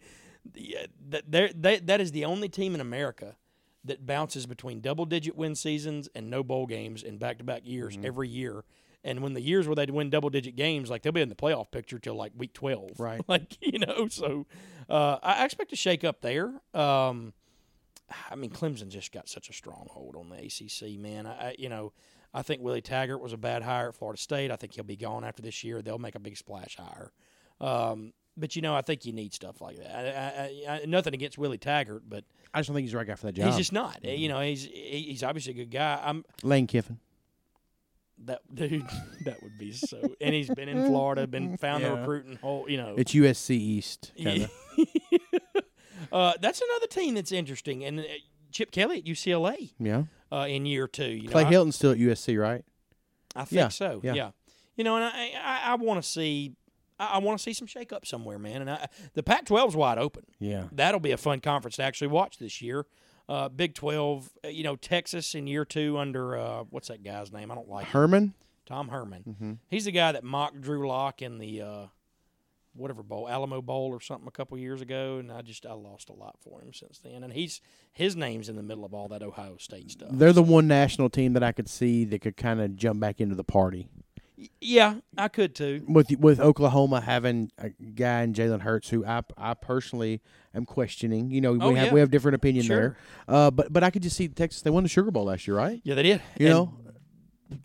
S1: yeah, th- they're- they that is the only team in America that bounces between double digit win seasons and no bowl games in back to back years every year. And when the years where they win double digit games, like they'll be in the playoff picture till like week twelve,
S2: Right.
S1: Like you know, so uh, I I expect to shake up there. Um, I mean, Clemson just got such a stronghold on the ACC, man. I, I you know, I think Willie Taggart was a bad hire at Florida State. I think he'll be gone after this year. They'll make a big splash hire. Um, but you know, I think you need stuff like that. I, I, I, I- nothing against Willie Taggart, but
S2: I just don't think he's the right guy for that job.
S1: he's just not. eh, You know, he's he- he's obviously a good guy. I'm
S2: Lane Kiffin.
S1: that dude. that would be so. And he's been in Florida, been found the
S2: Yeah.
S1: recruiting hole. You know,
S2: It's USC East. Kind of.
S1: uh, that's another team that's interesting. And uh, Chip eh, Kelly at UCLA.
S2: yeah.
S1: uh, in year two. You
S2: Clay
S1: know, I-
S2: Hilton's still at USC, right?
S1: I think
S2: Yeah,
S1: so.
S2: yeah.
S1: Yeah. You know, and I I, I want to see I, I want to see some shakeup somewhere, man. And I, the Pac-12's wide open.
S2: Yeah.
S1: That'll be a fun conference to actually watch this year. Uh, Big Twelve, uh, you know, Texas in year two under uh, what's that guy's name? I don't like him.
S2: Herman.
S1: Tom Herman.
S2: Mm-hmm.
S1: He's the guy that mocked Drew Lock in the uh, whatever bowl, Alamo Bowl or something, a couple years ago. And I just I lost a lot for him since then. And he's his name's in the middle of all that Ohio State stuff.
S2: They're the one national team that I could see that could kind of jump back into the party
S1: yeah, I could too.
S2: with with Oklahoma having a guy in Jalen Hurts who I I personally am questioning. You know, we
S1: Oh,
S2: have
S1: yeah.
S2: we have different opinion
S1: Sure.
S2: there. Uh, but but I could just see Texas. They won the Sugar Bowl last year, right?
S1: Yeah, they did.
S2: You
S1: And
S2: know,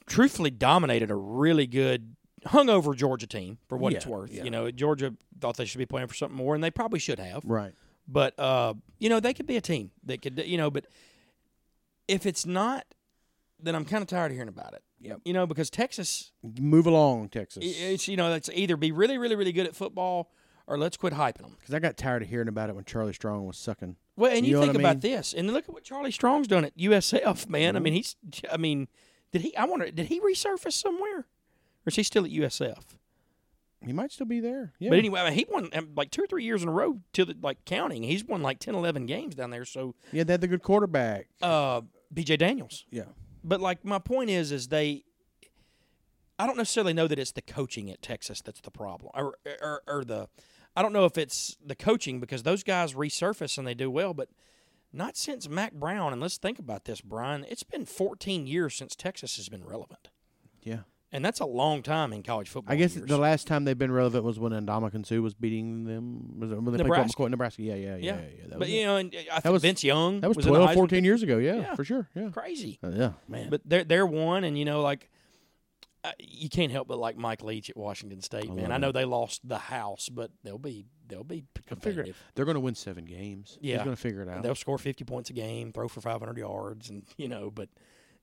S1: truthfully dominated a really good hungover Georgia team for what it's
S2: Yeah,
S1: worth.
S2: yeah.
S1: You know, Georgia thought they should be playing for something more, and they probably should have.
S2: right.
S1: But uh, you know, they could be a team that could, you know. But if it's not, then I'm kind of tired of hearing about it.
S2: Yep.
S1: You know, because Texas,
S2: Move along, Texas.
S1: i- it's you know, it's either be really, really, really good at football, or let's quit hyping them.
S2: Because I got tired of hearing about it when Charlie Strong was sucking.
S1: Well, and
S2: You
S1: you,
S2: know what
S1: think
S2: I mean? Mm-hmm.
S1: about this, and look at what Charlie Strong's done at USF, man. I mean, he's, I mean, did he? I wonder, did he resurface somewhere, or is he still at USF?
S2: He might still be there. Yeah.
S1: But anyway, I mean, he won um, like two or three years in a row to the, like counting. He's won like 10, 11 games down there. So
S2: yeah, they had the good quarterback.
S1: uh, BJ Daniels.
S2: Yeah.
S1: But like my point is, is they. I don't necessarily know that it's the coaching at Texas that's the problem, or or, or the. I don't know if it's the coaching because those guys resurface and they do well, but not since Mac Brown. And let's think about this, Brian. It's been 14 years since Texas has been relevant,
S2: Yeah.
S1: and that's a long time in college football.
S2: I guess
S1: years.
S2: the last time they've been relevant was when Ndamukong Suh was beating them. Was it when they played Colt
S1: Nebraska.
S2: McCoy in Nebraska? Yeah, yeah, yeah.
S1: yeah,
S2: yeah, yeah. That,
S1: but
S2: was it.
S1: you know, and uh, I think
S2: was-
S1: Vince Young
S2: that was,
S1: in the
S2: 12,
S1: Heisman
S2: 14 years ago. Yeah,
S1: Yeah.
S2: for sure. Yeah.
S1: crazy.
S2: Uh, yeah, man.
S1: But they're they're one, and you know, like I- you can't help but like Mike Leach at Washington State,
S2: I
S1: man.
S2: love
S1: I
S2: it.
S1: know they lost the house, but they'll be they'll be
S2: figure
S1: competitive.
S2: They're going to win seven games. He's
S1: Yeah.
S2: going to figure it out.
S1: They'll score fifty points a game, throw for five hundred yards, and you know. But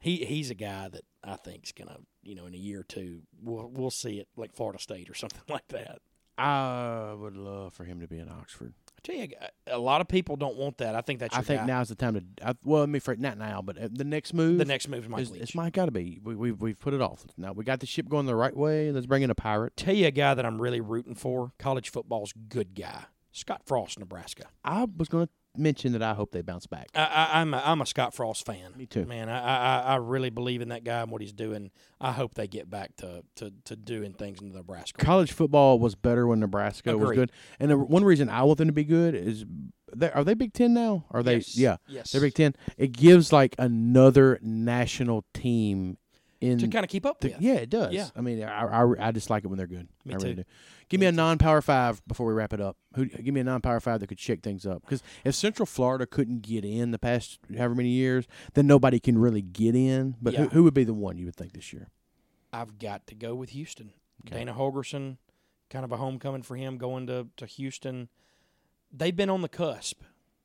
S1: he he's a guy that I think's gonna you know in a year or two we'll we'll see it like Florida State or something like that.
S2: I would love for him to be in Oxford.
S1: I tell you, a a lot of people don't want that. I think that's
S2: I
S1: your
S2: think
S1: guy.
S2: now's the time to. I, well, I mean, for, not now, but uh, the next move.
S1: the next move is Mike
S2: is,
S1: Leach.
S2: it's my got to be. We, we, we've put it off. Now we got the ship going the right way. Let's bring in a pirate.
S1: tell you a guy that I'm really rooting for. College football's good guy, Scott Frost, Nebraska.
S2: I was going to mention that I hope they bounce back.
S1: I, I, I'm a, I'm a Scott Frost fan.
S2: Me too.
S1: Man, I, I I- I really believe in that guy and what he's doing. I hope they get back to to, to doing things in Nebraska.
S2: College football was better when Nebraska was
S1: Agreed.
S2: good, and the one reason I want them to be good is they, are they Big Ten now? Are they?
S1: Yes.
S2: Yeah,
S1: Yes.
S2: they're Big Ten. It gives like another national team in.
S1: to kind of keep up
S2: the-
S1: with.
S2: yeah, it does.
S1: Yeah.
S2: I mean, I, I, I just like it when they're good.
S1: Me
S2: I really
S1: too.
S2: do. Give me, a non-power five before we wrap it up. Who? Give me a non-power five that could shake things up. Because if Central Florida couldn't get in the past however many years, then nobody can really get in. But who,
S1: Yeah.
S2: who would be the one you would think this year?
S1: I've got to go with Houston.
S2: Okay.
S1: Dana Holgerson, kind of a homecoming for him going to, to Houston. They've been on the cusp,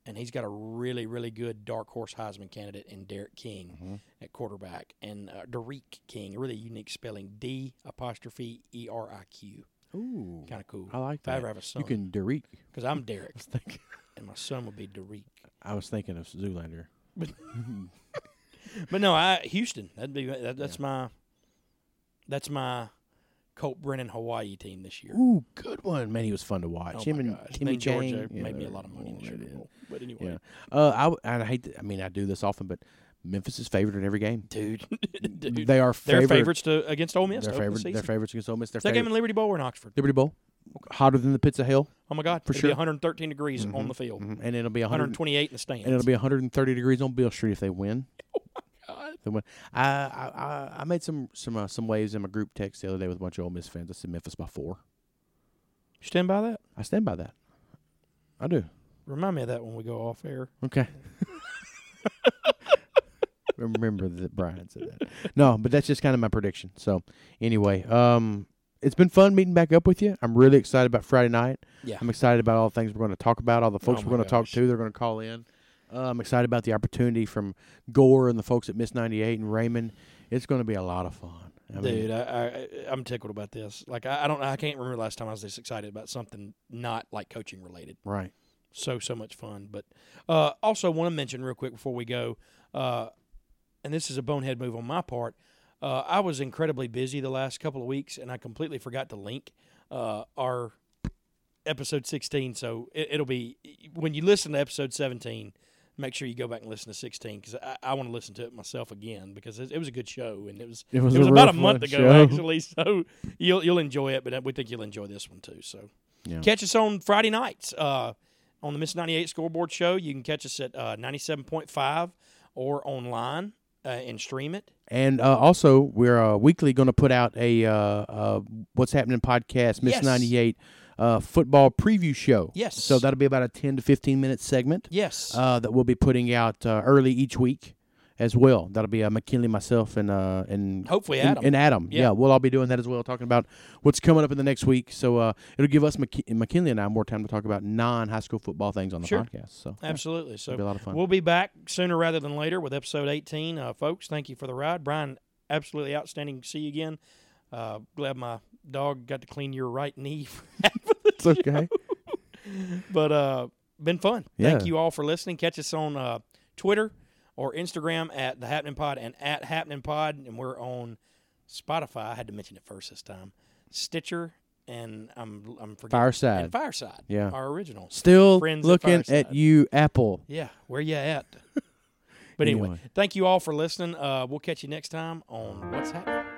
S1: and he's got a really, really good dark horse Heisman candidate in Derek King
S2: Mm-hmm.
S1: at quarterback and uh, Derek King, really unique spelling D apostrophe E R I Q.
S2: Ooh,
S1: Kind of cool.
S2: I like
S1: If I
S2: that.
S1: ever have a son,
S2: You can Derek.
S1: because I'm Derek,
S2: was thinking,
S1: and my son would be Derek.
S2: I was thinking of Zoolander.
S1: But no, I Houston. That'd be that, that's my that's my Colt Brennan Hawaii team this year.
S2: Ooh, good one, man. He was fun to watch.
S1: Oh
S2: him
S1: my
S2: and
S1: gosh.
S2: him
S1: They
S2: and
S1: Georgia
S2: Gang, yeah,
S1: made me
S2: they
S1: a
S2: were-
S1: lot of money in the
S2: they
S1: Sugar
S2: did.
S1: Bowl. But anyway,
S2: Yeah, uh, I w- and I hate. To, I mean, I do this often, but Memphis is favored in every game.
S1: dude, dude,
S2: they are
S1: they're
S2: favored.
S1: favorites to against Ole Miss.
S2: They're
S1: to open the
S2: favored. They're
S1: season.
S2: favorites against Ole Miss. They're
S1: Is that game
S2: favored.
S1: in Liberty Bowl or in Oxford?
S2: Liberty Bowl, hotter than the pits of hell,
S1: Oh my God,
S2: For
S1: it'll
S2: sure.
S1: be 113 degrees on the field,
S2: Mhm. and it'll be 100
S1: 128 in the stands.
S2: and it'll be 130 degrees on Bill Street if they win.
S1: Oh God.
S2: They win. I I, I, I made some some uh, some waves in my group text the other day with a bunch of Ole Miss fans. I said Memphis by four.
S1: You stand by that.
S2: I stand by that. I do.
S1: Remind me of that when we go off air.
S2: Okay. Remember that Brian said that. No, but that's just kind of my prediction. So, anyway, um, it's been fun meeting back up with you. I'm really excited about Friday night.
S1: Yeah.
S2: I'm excited about all the things we're going to talk about, all the folks
S1: Oh my
S2: we're going to talk
S1: gosh.
S2: to. They're going to call in. Uh, I'm excited about the opportunity from Gore and the folks at Miss 98 and Raymond. It's going to be a lot of fun. I mean,
S1: Dude, I, I I'm tickled about this. Like I, I don't I can't remember the last time I was this excited about something not like coaching related.
S2: right.
S1: So so much fun. But uh, also want to mention real quick before we go, uh, and this is a bonehead move on my part. Uh, I was incredibly busy the last couple of weeks, and I completely forgot to link uh, our episode 16. So it, it'll be when you listen to episode 17, make sure you go back and listen to 16 because I, I want to listen to it myself again because it, it was a good show and it was
S2: It was,
S1: it was
S2: a
S1: about
S2: real
S1: a month
S2: fun
S1: ago
S2: show.
S1: actually. So you'll you'll enjoy it, but we think you'll enjoy this one too. So
S2: Yeah.
S1: catch us on Friday nights uh, on the Miss ninety eight scoreboard show. You can catch us at uh, ninety seven point five or online uh, and stream it.
S2: And uh, also, we're uh, weekly going to put out a uh, uh, What's Happening podcast, Miss
S1: Yes.
S2: 98 uh, football preview show.
S1: Yes.
S2: So that'll be about a 10 to 15 minute segment
S1: Yes,
S2: uh, that we'll be putting out uh, early each week as well. That'll be uh, McKinley, myself, and, uh, and
S1: hopefully
S2: and-
S1: Adam.
S2: And, Adam. Yeah.
S1: Yeah.
S2: we'll all be doing that as well, talking about what's coming up in the next week. So uh, it'll give us, McK- McKinley and I, more time to talk about non high school football things on the
S1: Sure.
S2: podcast. So yeah,
S1: Absolutely. So
S2: it'll be a lot of fun.
S1: We'll be back sooner rather than later with episode 18. Uh, folks, thank you for the ride. Brian, absolutely outstanding. to See you again. Uh, glad my dog got to clean your right knee.
S2: it's okay.
S1: but uh, been fun.
S2: Yeah.
S1: Thank you all for listening. Catch us on uh, Twitter or Instagram at The Happening Pod and at Happening Pod. And we're on Spotify. I had to mention it first this time. Stitcher and I'm, I'm forgetting.
S2: Fireside.
S1: And Fireside.
S2: Yeah.
S1: Our original.
S2: Still
S1: Friends at
S2: looking
S1: Fireside.
S2: at you, Apple.
S1: Yeah, where you at? But anyway,
S2: Anyway.
S1: thank you all for listening. Uh, we'll catch you next time on What's Happening.